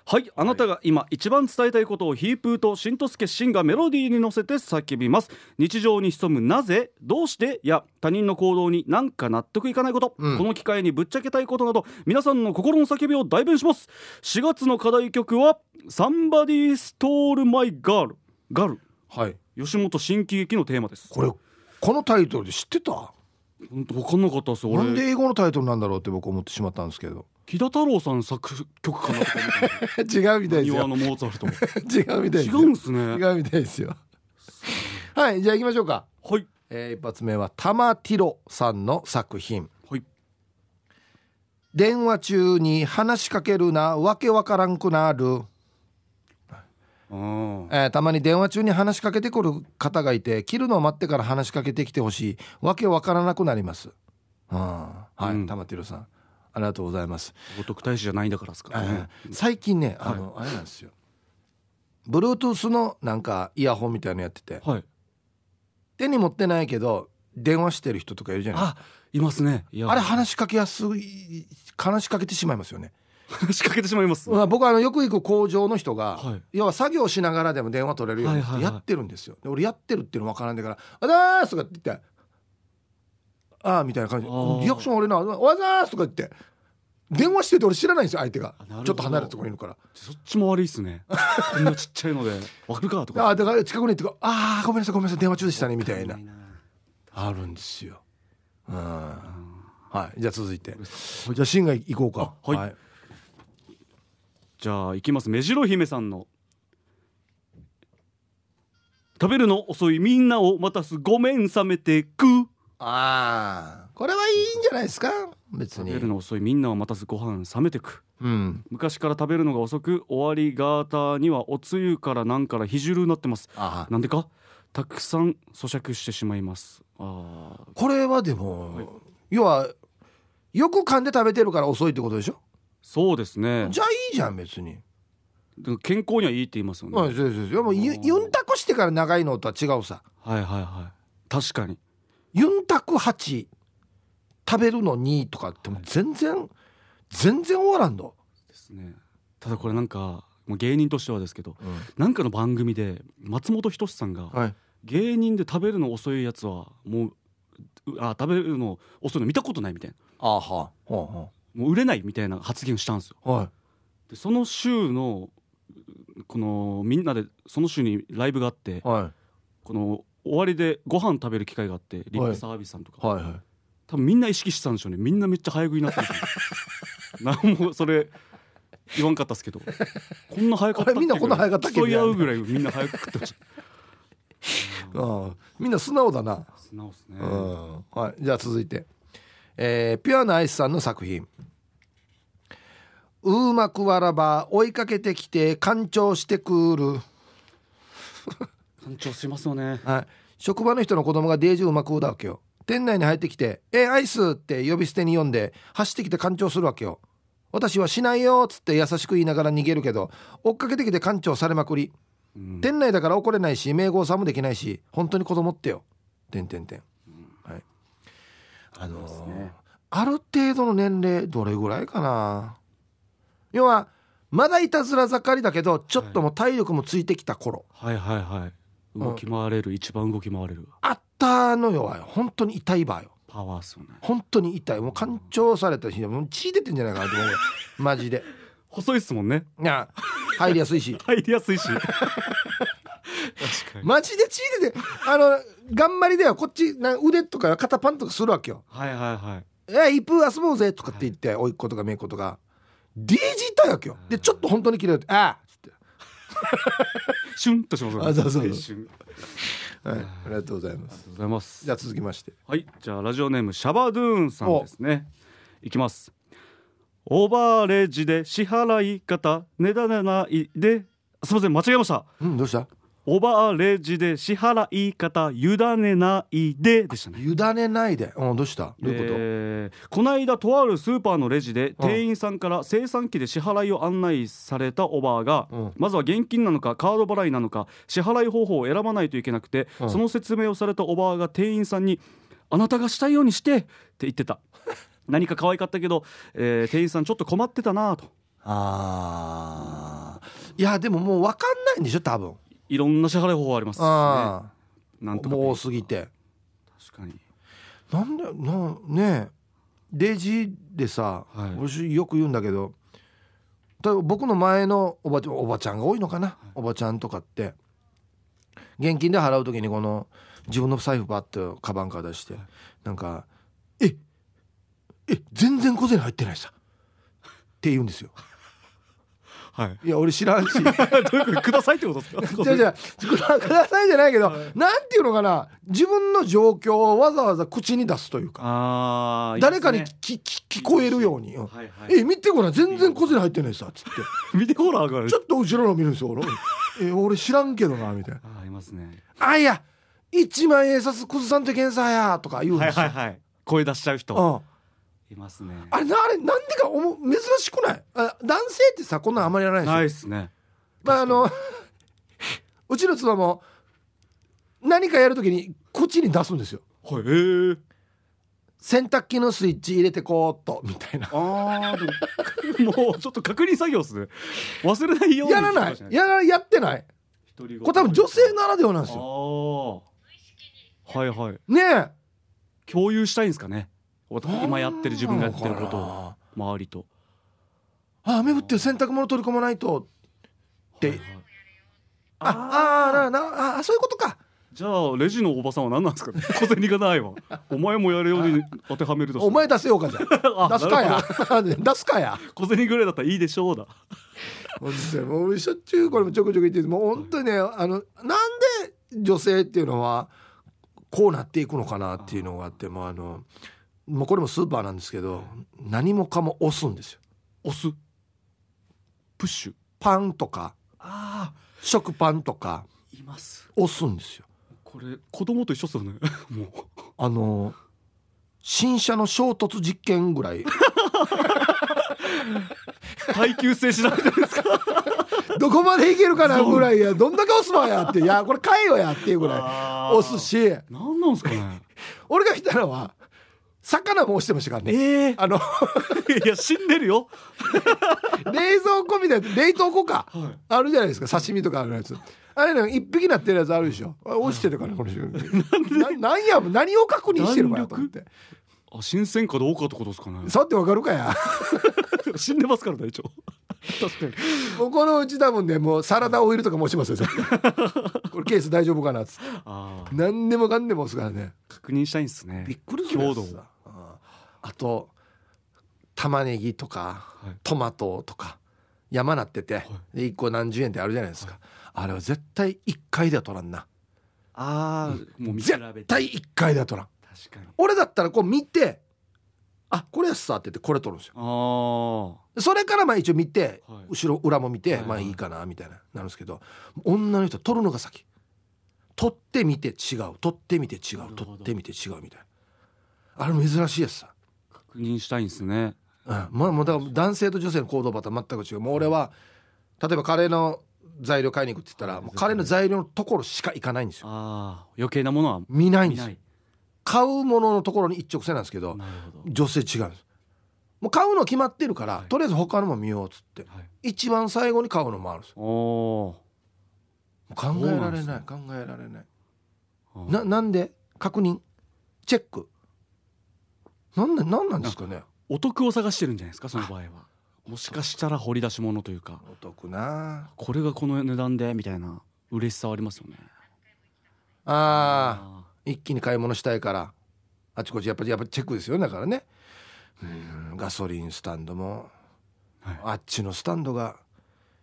[SPEAKER 1] はいあなたが今一番伝えたいことをヒープーとしんとすけしんがメロディーに乗せて叫びます日常に潜むなぜどうしてや他人の行動になんか納得いかないこと、
[SPEAKER 2] うん
[SPEAKER 1] この機会にぶっちゃけたいことなど皆さんの心の叫びを代弁します4月の課題曲は「Somebody Stole My Girl」ガル
[SPEAKER 2] はい
[SPEAKER 1] 吉本新喜劇のテーマです
[SPEAKER 2] これこのタイトルで知ってた
[SPEAKER 1] 本当分かんなかったです
[SPEAKER 2] なん
[SPEAKER 1] 俺
[SPEAKER 2] で英語のタイトルなんだろうって僕思ってしまったんですけ ど
[SPEAKER 1] 木田太郎さん作曲かなとか 思ったんです
[SPEAKER 2] 違うみた
[SPEAKER 1] よ
[SPEAKER 2] いです
[SPEAKER 1] 庭
[SPEAKER 2] よ
[SPEAKER 1] のモーツァルト
[SPEAKER 2] 違うみたいで す
[SPEAKER 1] 違
[SPEAKER 2] よ
[SPEAKER 1] うんすね
[SPEAKER 2] 違うみたいですよはいじゃあ行きましょうか、
[SPEAKER 1] はい
[SPEAKER 2] えー一発目はタマティロさんの作品
[SPEAKER 1] はい
[SPEAKER 2] 電話中に話しかけるなわけわからんくなる、
[SPEAKER 1] あー
[SPEAKER 2] えーたまに電話中に話しかけてくる方がいて切るのを待ってから話しかけてきてほしいわけわからなくなりますうんはい、
[SPEAKER 1] うん
[SPEAKER 2] 玉てるさんありがとうございます、
[SPEAKER 1] お得大使じゃないんだからですからね。
[SPEAKER 2] うん最近ねあの、あれなんですよ Bluetooth のなんかイヤホンみたいなのやってて
[SPEAKER 1] はい。
[SPEAKER 2] 手に持ってないけど電話してる人とかいるじゃないですか
[SPEAKER 1] あ、いますね。いや
[SPEAKER 2] あれ話 しかけやすい話しかけてしまいますよね、
[SPEAKER 1] 話しかけてしまいます。
[SPEAKER 2] まあ、僕はあのよく行く工場の人が、
[SPEAKER 1] はい
[SPEAKER 2] 要は作業しながらでも電話取れるように
[SPEAKER 1] はいはい
[SPEAKER 2] や
[SPEAKER 1] はい
[SPEAKER 2] ってるんですよ、で俺やってるっていうの分からんでから「あざーす」とかって言って「ああ」みたいな感じ
[SPEAKER 1] あー
[SPEAKER 2] リアクション俺な「おはざーす」とか言って電話してて俺知らないんですよ相手が
[SPEAKER 1] あなるほど
[SPEAKER 2] ちょっと離れたところにいるから
[SPEAKER 1] そっちも悪いですね。こんなちっちゃいの で、わかるかと
[SPEAKER 2] あ
[SPEAKER 1] か。
[SPEAKER 2] あだから近くに行って「ああごめんなさいごめんなさい電話中でしたね」みたいな
[SPEAKER 1] わかん
[SPEAKER 2] あるんですようんはいじゃあ続いて
[SPEAKER 1] な
[SPEAKER 2] じゃあシンガ行こうか
[SPEAKER 1] あはいじゃあ行きます目白姫さんの食べるの遅いみんなを待たすごめん冷めてく
[SPEAKER 2] ああこれはいいんじゃないですか別
[SPEAKER 1] 食
[SPEAKER 2] に
[SPEAKER 1] べるの遅いみんなを待たすご飯冷めてく
[SPEAKER 2] うん
[SPEAKER 1] 昔から食べるのが遅く終わり方にはおつゆからなんからひじゅるになってます
[SPEAKER 2] あ
[SPEAKER 1] なんでかたくさん咀嚼してしまいますあー
[SPEAKER 2] これはでも、要はよく噛んで食べてるから遅いってことでしょ
[SPEAKER 1] そうですね
[SPEAKER 2] じゃあいいじゃん別に、
[SPEAKER 1] でも健康にはいいって言いますよね、
[SPEAKER 2] うん、そうそうそうもうユ
[SPEAKER 1] うん
[SPEAKER 2] ユンタクしてから長いのとは違うさ
[SPEAKER 1] はいはいはい確かに
[SPEAKER 2] ユンタク8食べるの2とかってもう全然、全然終わらんの、
[SPEAKER 1] ですねただこれなんかもう芸人としてはですけどなんかの番組で松本人志さんが
[SPEAKER 2] はい
[SPEAKER 1] 芸人で食べるの遅いやつはもううあ食べるの遅いの見たことないみたいな
[SPEAKER 2] ああはあは
[SPEAKER 1] もう売れないみたいな発言をしたんですよ
[SPEAKER 2] あはい
[SPEAKER 1] でその週のうこのみんなでその週にライブがあって
[SPEAKER 2] は
[SPEAKER 1] この終わりでご飯食べる機会があってリップサービスさんとか、
[SPEAKER 2] いはいはい
[SPEAKER 1] 多分みんな意識してたんでしょうねみんなめっちゃ早食いになってるなんもそれ言わんかったっすけどこんな早かったっけ
[SPEAKER 2] あれみんなこんな早かったっけ
[SPEAKER 1] ぐらい競い合うぐらいみんな早く食ってましたうん
[SPEAKER 2] ああみんな素直だな
[SPEAKER 1] 素直っすね
[SPEAKER 2] うんはい、じゃあ続いて、えーピュアなアイスさんの作品「うまくわらば追いかけてきて干潮してくる
[SPEAKER 1] 緊張しますよね」
[SPEAKER 2] はい、職場の人の子供がデージうまくうだわけよ店内に入ってきて「えーアイス!」って呼び捨てに読んで走ってきて干潮するわけよ私はしないよっつって優しく言いながら逃げるけど追っかけてきて干潮されまくり
[SPEAKER 1] うん
[SPEAKER 2] 店内だから怒れないし名号さんもできないし本当に子供ってよ。てんてんてん。はい。あのー
[SPEAKER 1] そうですね
[SPEAKER 2] ある程度の年齢どれぐらいかな。要はまだいたずら盛りだけどちょっともう体力もついてきた頃、
[SPEAKER 1] はいはいはい動き回れる、一番動き回れる
[SPEAKER 2] あったのよは本当に痛い場よ。
[SPEAKER 1] パワーっすよね
[SPEAKER 2] 本当に痛いもう干潮された日もう血出てんじゃないかなと 思うぐらいマジで
[SPEAKER 1] 細いっすもんね
[SPEAKER 2] いや入りやすいし
[SPEAKER 1] 入りやす いし確かに
[SPEAKER 2] マジで血出てあの頑張りではこっちな腕とか肩パンとかするわけよ
[SPEAKER 1] はいはいはい
[SPEAKER 2] 「え一風遊ぼうぜ」とかって言って甥っ子とか姪っ子とかデージ痛いわけよでちょっと本当に切れるって「ああ」っつって、
[SPEAKER 1] シュンとしますよね
[SPEAKER 2] あそうそうそう
[SPEAKER 1] 一瞬あ
[SPEAKER 2] はい、ありがとうございま
[SPEAKER 1] りが
[SPEAKER 2] す
[SPEAKER 1] とうございます
[SPEAKER 2] じゃあ続きまして
[SPEAKER 1] はいじゃあラジオネームシャバドゥーンさんですねいきますオーバーレッジで支払い方値段がないですいません間違えました
[SPEAKER 2] うんどうした
[SPEAKER 1] オーバーレッジで支払い方委ねないででしたね
[SPEAKER 2] 委ねないでうんどうしたどういうこと、
[SPEAKER 1] えーこの間とあるスーパーのレジで店員さんから精算機で支払いを案内されたおばあが、
[SPEAKER 2] うん
[SPEAKER 1] まずは現金なのかカード払いなのか支払い方法を選ばないといけなくて、
[SPEAKER 2] うん
[SPEAKER 1] その説明をされたおばあが店員さんに「あなたがしたいようにして」って言ってた 何か可愛かったけど、えー店員さんちょっと困ってたなぁと
[SPEAKER 2] ああいやでももう分かんないんでしょ多分
[SPEAKER 1] いろんな支払い方法ありますしね
[SPEAKER 2] あ
[SPEAKER 1] なん
[SPEAKER 2] あ
[SPEAKER 1] とか
[SPEAKER 2] もう多すぎて
[SPEAKER 1] 確かに
[SPEAKER 2] なんでなんねえデイジーでさ、
[SPEAKER 1] はい
[SPEAKER 2] 私よく言うんだけど例えば僕の前のおばちゃんおばちゃんが多いのかな、おばちゃんとかって現金で払う時にこの自分の財布パッとカバンから出して、なんか「ええ全然小銭入ってないさ」って言うんですよ。
[SPEAKER 1] はい
[SPEAKER 2] いや俺知らんし
[SPEAKER 1] どういうことくださいってことですか
[SPEAKER 2] じゃじゃくだくださいじゃないけど、なんていうのかな自分の状況をわざわざ口に出すというか。
[SPEAKER 1] あーいいです
[SPEAKER 2] 誰
[SPEAKER 1] ね
[SPEAKER 2] かにきき聞こえるように「うん
[SPEAKER 1] はいはい
[SPEAKER 2] え見てごらん全然小銭入ってない さ」っつって
[SPEAKER 1] 見てほら上がる
[SPEAKER 2] ちょっと後ろの見るんですよ俺「え俺知らんけどな」みたいな
[SPEAKER 1] あありますね
[SPEAKER 2] 「あいや一万円札崩さんといけんさや」とか言うん
[SPEAKER 1] は
[SPEAKER 2] で
[SPEAKER 1] い
[SPEAKER 2] すよ、
[SPEAKER 1] はいはい声出しちゃう
[SPEAKER 2] う
[SPEAKER 1] 人
[SPEAKER 2] ん
[SPEAKER 1] いますね
[SPEAKER 2] あれなあれなんでかおも珍しくないあ男性ってさこんなんあんまりやらないでしょ
[SPEAKER 1] ないですね
[SPEAKER 2] まああの うちの妻も何かやるときに口に出すんですよ
[SPEAKER 1] はいえー、
[SPEAKER 2] 洗濯機のスイッチ入れてこーっとみたいな
[SPEAKER 1] あーで ももうちょっと確認作業ですね忘れないように
[SPEAKER 2] やらないやらやってない
[SPEAKER 1] これ
[SPEAKER 2] これ多分女性ならではなんですよ
[SPEAKER 1] よああはいはい
[SPEAKER 2] ねえ
[SPEAKER 1] 共有したいんですかねお今やってる自分がやってることを
[SPEAKER 2] あ
[SPEAKER 1] 周りと
[SPEAKER 2] ー雨降ってる洗濯物取り込まないとで
[SPEAKER 1] はいはい
[SPEAKER 2] ああーななあーそういうことか
[SPEAKER 1] じゃあレジのおばさんは何なんですかね 小銭がないわお前もやるように当てはめるとして
[SPEAKER 2] お前出せようかじゃ
[SPEAKER 1] あ
[SPEAKER 2] 出すか
[SPEAKER 1] な
[SPEAKER 2] や
[SPEAKER 1] る
[SPEAKER 2] 出すかや
[SPEAKER 1] ほど小銭ぐらいだったらいいでしょうだ
[SPEAKER 2] 本当にもうしょっちゅうこれもちょくちょく言ってるもう本当にねあのなんで女性っていうのはこうなっていくのかなっていうのがあってもうあのもうこれもスーパーなんですけど何もかも押すんですよ
[SPEAKER 1] 押すプッシュ
[SPEAKER 2] パンとか
[SPEAKER 1] ああ
[SPEAKER 2] 食パンとか
[SPEAKER 1] います
[SPEAKER 2] 押すんですよ
[SPEAKER 1] これ子供と一緒っすよね もう
[SPEAKER 2] あの新車の衝突実験ぐらい
[SPEAKER 1] 耐久性しないじゃないですか
[SPEAKER 2] どこまでいけるかなぐらいやどんだけ押すのやっていやこれ買えよやっていうぐらい押すし
[SPEAKER 1] 何なんですかね
[SPEAKER 2] 俺が来たのは魚も押してましたからね
[SPEAKER 1] ええ
[SPEAKER 2] あの
[SPEAKER 1] いや死んでるよ
[SPEAKER 2] 冷蔵庫みたいな冷凍庫か、
[SPEAKER 1] はい
[SPEAKER 2] あるじゃないですか刺身とかあるやつあれなんか一匹なってるやつあるでしょあ落ちてるからこの人ななんや何を確認してるかやと思って
[SPEAKER 1] あ新鮮かどうかってことですかね
[SPEAKER 2] さってわかるかや
[SPEAKER 1] 死んでますからね一応確かに
[SPEAKER 2] もうこのうちだもんねもうサラダオイルとかも押しますよ絶対これケース大丈夫かなっつって
[SPEAKER 1] ああ
[SPEAKER 2] 何でもかんでも押すからね
[SPEAKER 1] 確認したいんですね
[SPEAKER 2] びっくりするやつ
[SPEAKER 1] 強度
[SPEAKER 2] さああと玉ねぎとか
[SPEAKER 1] はい
[SPEAKER 2] トマトとか山なってて、で1個何十円ってあるじゃないですか、あれは絶対1回では取らんな
[SPEAKER 1] ああもう見比べ
[SPEAKER 2] 絶
[SPEAKER 1] て
[SPEAKER 2] 対1回では取らん
[SPEAKER 1] 確かに
[SPEAKER 2] 俺だったらこう見てあこれやっさって言ってこれ取るんですよ
[SPEAKER 1] ああは
[SPEAKER 2] それからまあ一応見て、
[SPEAKER 1] はい
[SPEAKER 2] 後ろ裏も見て、
[SPEAKER 1] はいはい
[SPEAKER 2] まあいいかなみたいななるんですけど女の人は取るのが先取ってみて違う取ってみて違
[SPEAKER 1] なる
[SPEAKER 2] う
[SPEAKER 1] ほど
[SPEAKER 2] 取ってみて違うみたいなあれ珍しいやつさ
[SPEAKER 1] 確認したいんですね
[SPEAKER 2] うん、まあもうだから男性と女性の行動パターン全く違うもう俺は例えばカレーの材料買いに行くって言ったらもうカレーの材料のところしか行かないんですよ
[SPEAKER 1] ああ余計なものは
[SPEAKER 2] 見ないん
[SPEAKER 1] 見
[SPEAKER 2] です
[SPEAKER 1] な
[SPEAKER 2] よ
[SPEAKER 1] い
[SPEAKER 2] 買うもののところに一直線なんですけど
[SPEAKER 1] なるほど
[SPEAKER 2] 女性違うんですもう買うの決まってるから、
[SPEAKER 1] はい
[SPEAKER 2] とりあえず他のも見ようっつって
[SPEAKER 1] はい
[SPEAKER 2] 一番最後に買うのもあるんですよ
[SPEAKER 1] おお
[SPEAKER 2] もう考えられ
[SPEAKER 1] そうな
[SPEAKER 2] な
[SPEAKER 1] いんで
[SPEAKER 2] 考えられない
[SPEAKER 1] ー
[SPEAKER 2] ななんで確認チェックなんでなんなんですかね
[SPEAKER 1] お得を探してるんじゃないですかその場合はもしかしたら掘り出し物というか
[SPEAKER 2] お得な
[SPEAKER 1] これがこの値段でみたいな嬉しさはありますよね
[SPEAKER 2] ああ一気に買い物したいからあちこちやっぱりやっぱチェックですよだからねうんガソリンスタンドも、
[SPEAKER 1] はい
[SPEAKER 2] あっちのスタンドが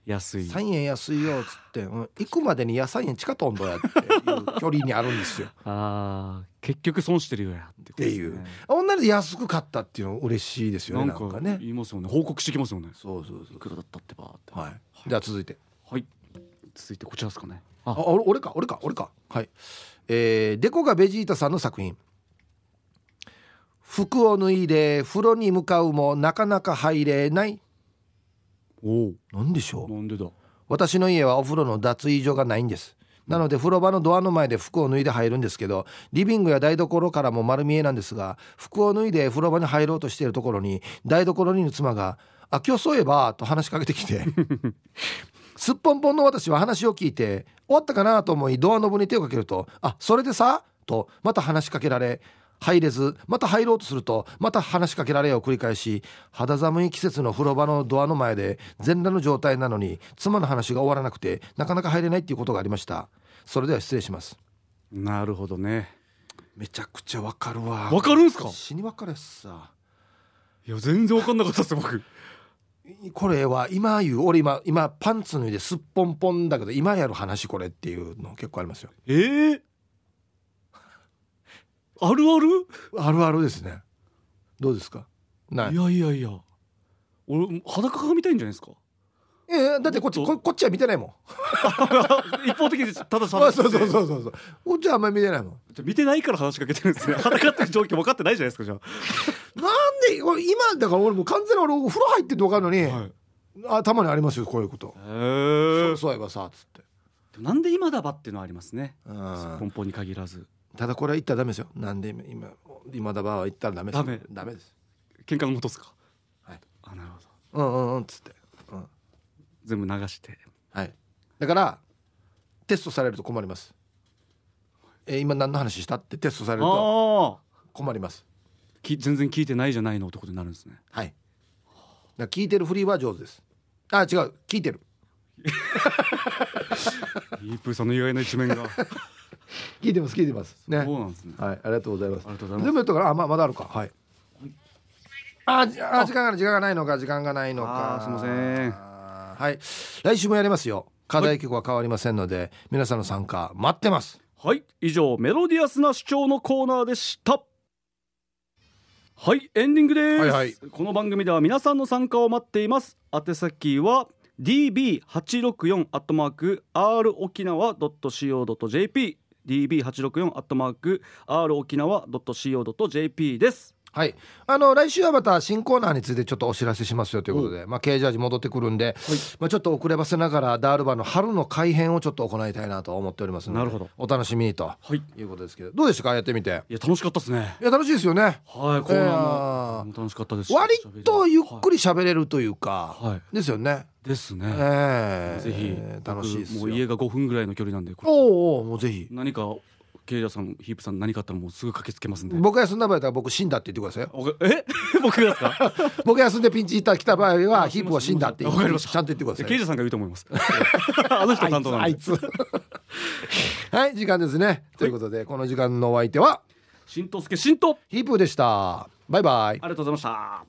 [SPEAKER 1] 安い
[SPEAKER 2] 3円安いよっつって、うん行くまでに野菜円近とんどやっていう距離にあるんですよ
[SPEAKER 1] ああ結局損してるよやってことですね
[SPEAKER 2] っていう女で安く買ったっていうの嬉しいですよねなんかね
[SPEAKER 1] 言いますよね報告してきますよね
[SPEAKER 2] そうそうそ
[SPEAKER 1] いくらだったってばーって
[SPEAKER 2] うはいじゃあ続いて
[SPEAKER 1] はい続いてこちらですかね
[SPEAKER 2] あ
[SPEAKER 1] あ
[SPEAKER 2] 俺俺か俺か俺かはいえーデコがベジータさんの作品服を脱いで風呂に向かうもなかなか入れない
[SPEAKER 1] お
[SPEAKER 2] なんでしょ
[SPEAKER 1] お
[SPEAKER 2] う
[SPEAKER 1] なんでだ
[SPEAKER 2] 私の家はお風呂の脱衣所がないんですなので風呂場のドアの前で服を脱いで入るんですけどリビングや台所からも丸見えなんですが服を脱いで風呂場に入ろうとしているところに台所にいる妻が「あ今日そういえば」と話しかけてきてすっぽんぽんの私は話を聞いて終わったかなと思いドアノブに手をかけると「あそれでさ」とまた話しかけられ入れずまた入ろうとするとまた話しかけられを繰り返し肌寒い季節の風呂場のドアの前で全裸の状態なのに妻の話が終わらなくてなかなか入れないっていうことがありましたそれでは失礼します
[SPEAKER 1] なるほどね
[SPEAKER 2] めちゃくちゃわかるわ
[SPEAKER 1] わかるんすか
[SPEAKER 2] 死にわかるやつさ
[SPEAKER 1] いや全然わかんなかったっす僕
[SPEAKER 2] これは今言う俺今今パンツ脱いですっぽんぽんだけど今やる話これっていうの結構ありますよ
[SPEAKER 1] えー、あるある
[SPEAKER 2] あるあるですねどうですかない
[SPEAKER 1] いやいやいや俺裸が見たいんじゃないですか
[SPEAKER 2] いえーだってこっち
[SPEAKER 1] もっ
[SPEAKER 2] ここっちは見てないもん
[SPEAKER 1] 一方的にただ喋
[SPEAKER 2] あそう
[SPEAKER 1] って
[SPEAKER 2] そうそうそうそうこっちはあんまり見てないもん
[SPEAKER 1] 見てないから話しかけてるんですね 裸っていう状況分かってないじゃないですかじゃ
[SPEAKER 2] なんでこれ今だから俺もう完全に俺お風呂入ってって分かるのに、
[SPEAKER 1] あ、はい、へ
[SPEAKER 2] あたまにありますよこういうこと、そう
[SPEAKER 1] え
[SPEAKER 2] そういえばさつって、
[SPEAKER 1] なんで今だばっていうのはありますね
[SPEAKER 2] う
[SPEAKER 1] 根
[SPEAKER 2] ん、
[SPEAKER 1] 本に限らず
[SPEAKER 2] ただこれは言ったらダメですよなんで今今今だばは言ったらダメです
[SPEAKER 1] ダメ
[SPEAKER 2] ダメです
[SPEAKER 1] 喧嘩の元っすか
[SPEAKER 2] はい
[SPEAKER 1] あなるほど
[SPEAKER 2] うんうんうんつって、うん、
[SPEAKER 1] 全部流して
[SPEAKER 2] はいだからテストされると困りますえー今何の話したってテストされると
[SPEAKER 1] ああ
[SPEAKER 2] 困ります
[SPEAKER 1] き全然聞いてないじゃないのってことになるん ですね
[SPEAKER 2] はいだから聞いてるフリーは上手ですあ違う聞いてる
[SPEAKER 1] イープーさんの意外な一 面が
[SPEAKER 2] 聞いてます聞いてますね
[SPEAKER 1] そうなんですね
[SPEAKER 2] はいありがとうございま
[SPEAKER 1] あ
[SPEAKER 2] す
[SPEAKER 1] りがとうございます
[SPEAKER 2] 全部やったからあままだあるかはいあじあ時間が時間がないのか時間がないのか
[SPEAKER 1] あーすいません
[SPEAKER 2] はい来週もやりますよ課題曲は変わりませんので、皆さんの参加待ってます
[SPEAKER 1] はい以上メロディアスな主張のコーナーでしたはいエンディングです、
[SPEAKER 2] はいはい
[SPEAKER 1] この番組では皆さんの参加を待っています宛先は db864 アットマーク r 沖縄 .co.jp db864 アットマーク r 沖縄 .co.jp です
[SPEAKER 2] はい、あの来週はまた新コーナーについてちょっとお知らせしますよということで、まあ、ケージャージ戻ってくるんで、まあ、ちょっと遅ればせながらダールバの春の改編をちょっと行いたいなと思っておりますので
[SPEAKER 1] なるほど
[SPEAKER 2] お楽しみにと
[SPEAKER 1] はいい
[SPEAKER 2] いうことですけどどうでしたかやってみて
[SPEAKER 1] や楽しかったですね
[SPEAKER 2] いや楽しいですよね
[SPEAKER 1] はいコーナーも楽しかったですし
[SPEAKER 2] 割とゆっく
[SPEAKER 1] り
[SPEAKER 2] り喋れるというか、
[SPEAKER 1] はい、はい
[SPEAKER 2] ですよね、
[SPEAKER 1] ですね、
[SPEAKER 2] ええ
[SPEAKER 1] ぜひ、
[SPEAKER 2] 楽しいです
[SPEAKER 1] 僕も
[SPEAKER 2] よ
[SPEAKER 1] う家が5分ぐらいの距離なんでこれ
[SPEAKER 2] おうおうもうぜひ
[SPEAKER 1] 何かケイジャーさんヒープさん何かあったらもうすぐ駆けつけますんで
[SPEAKER 2] 僕が休んだ場合だから僕死んだって言ってくださいよ
[SPEAKER 1] おかえ 僕がですか
[SPEAKER 2] 僕が休んでピンチヒッター来た場合は
[SPEAKER 1] あ
[SPEAKER 2] ヒープは死んだって言って
[SPEAKER 1] わかりました
[SPEAKER 2] ちゃんと言ってくだ
[SPEAKER 1] ケ
[SPEAKER 2] さ
[SPEAKER 1] イジ
[SPEAKER 2] いよ
[SPEAKER 1] ャーさんが言うと思います あの人担当なんで
[SPEAKER 2] あいつあいつはい時間ですねということでこの時間のお相手は
[SPEAKER 1] 新藤助新藤あ
[SPEAKER 2] ヒープーでしたバイバイ
[SPEAKER 1] りがとうございました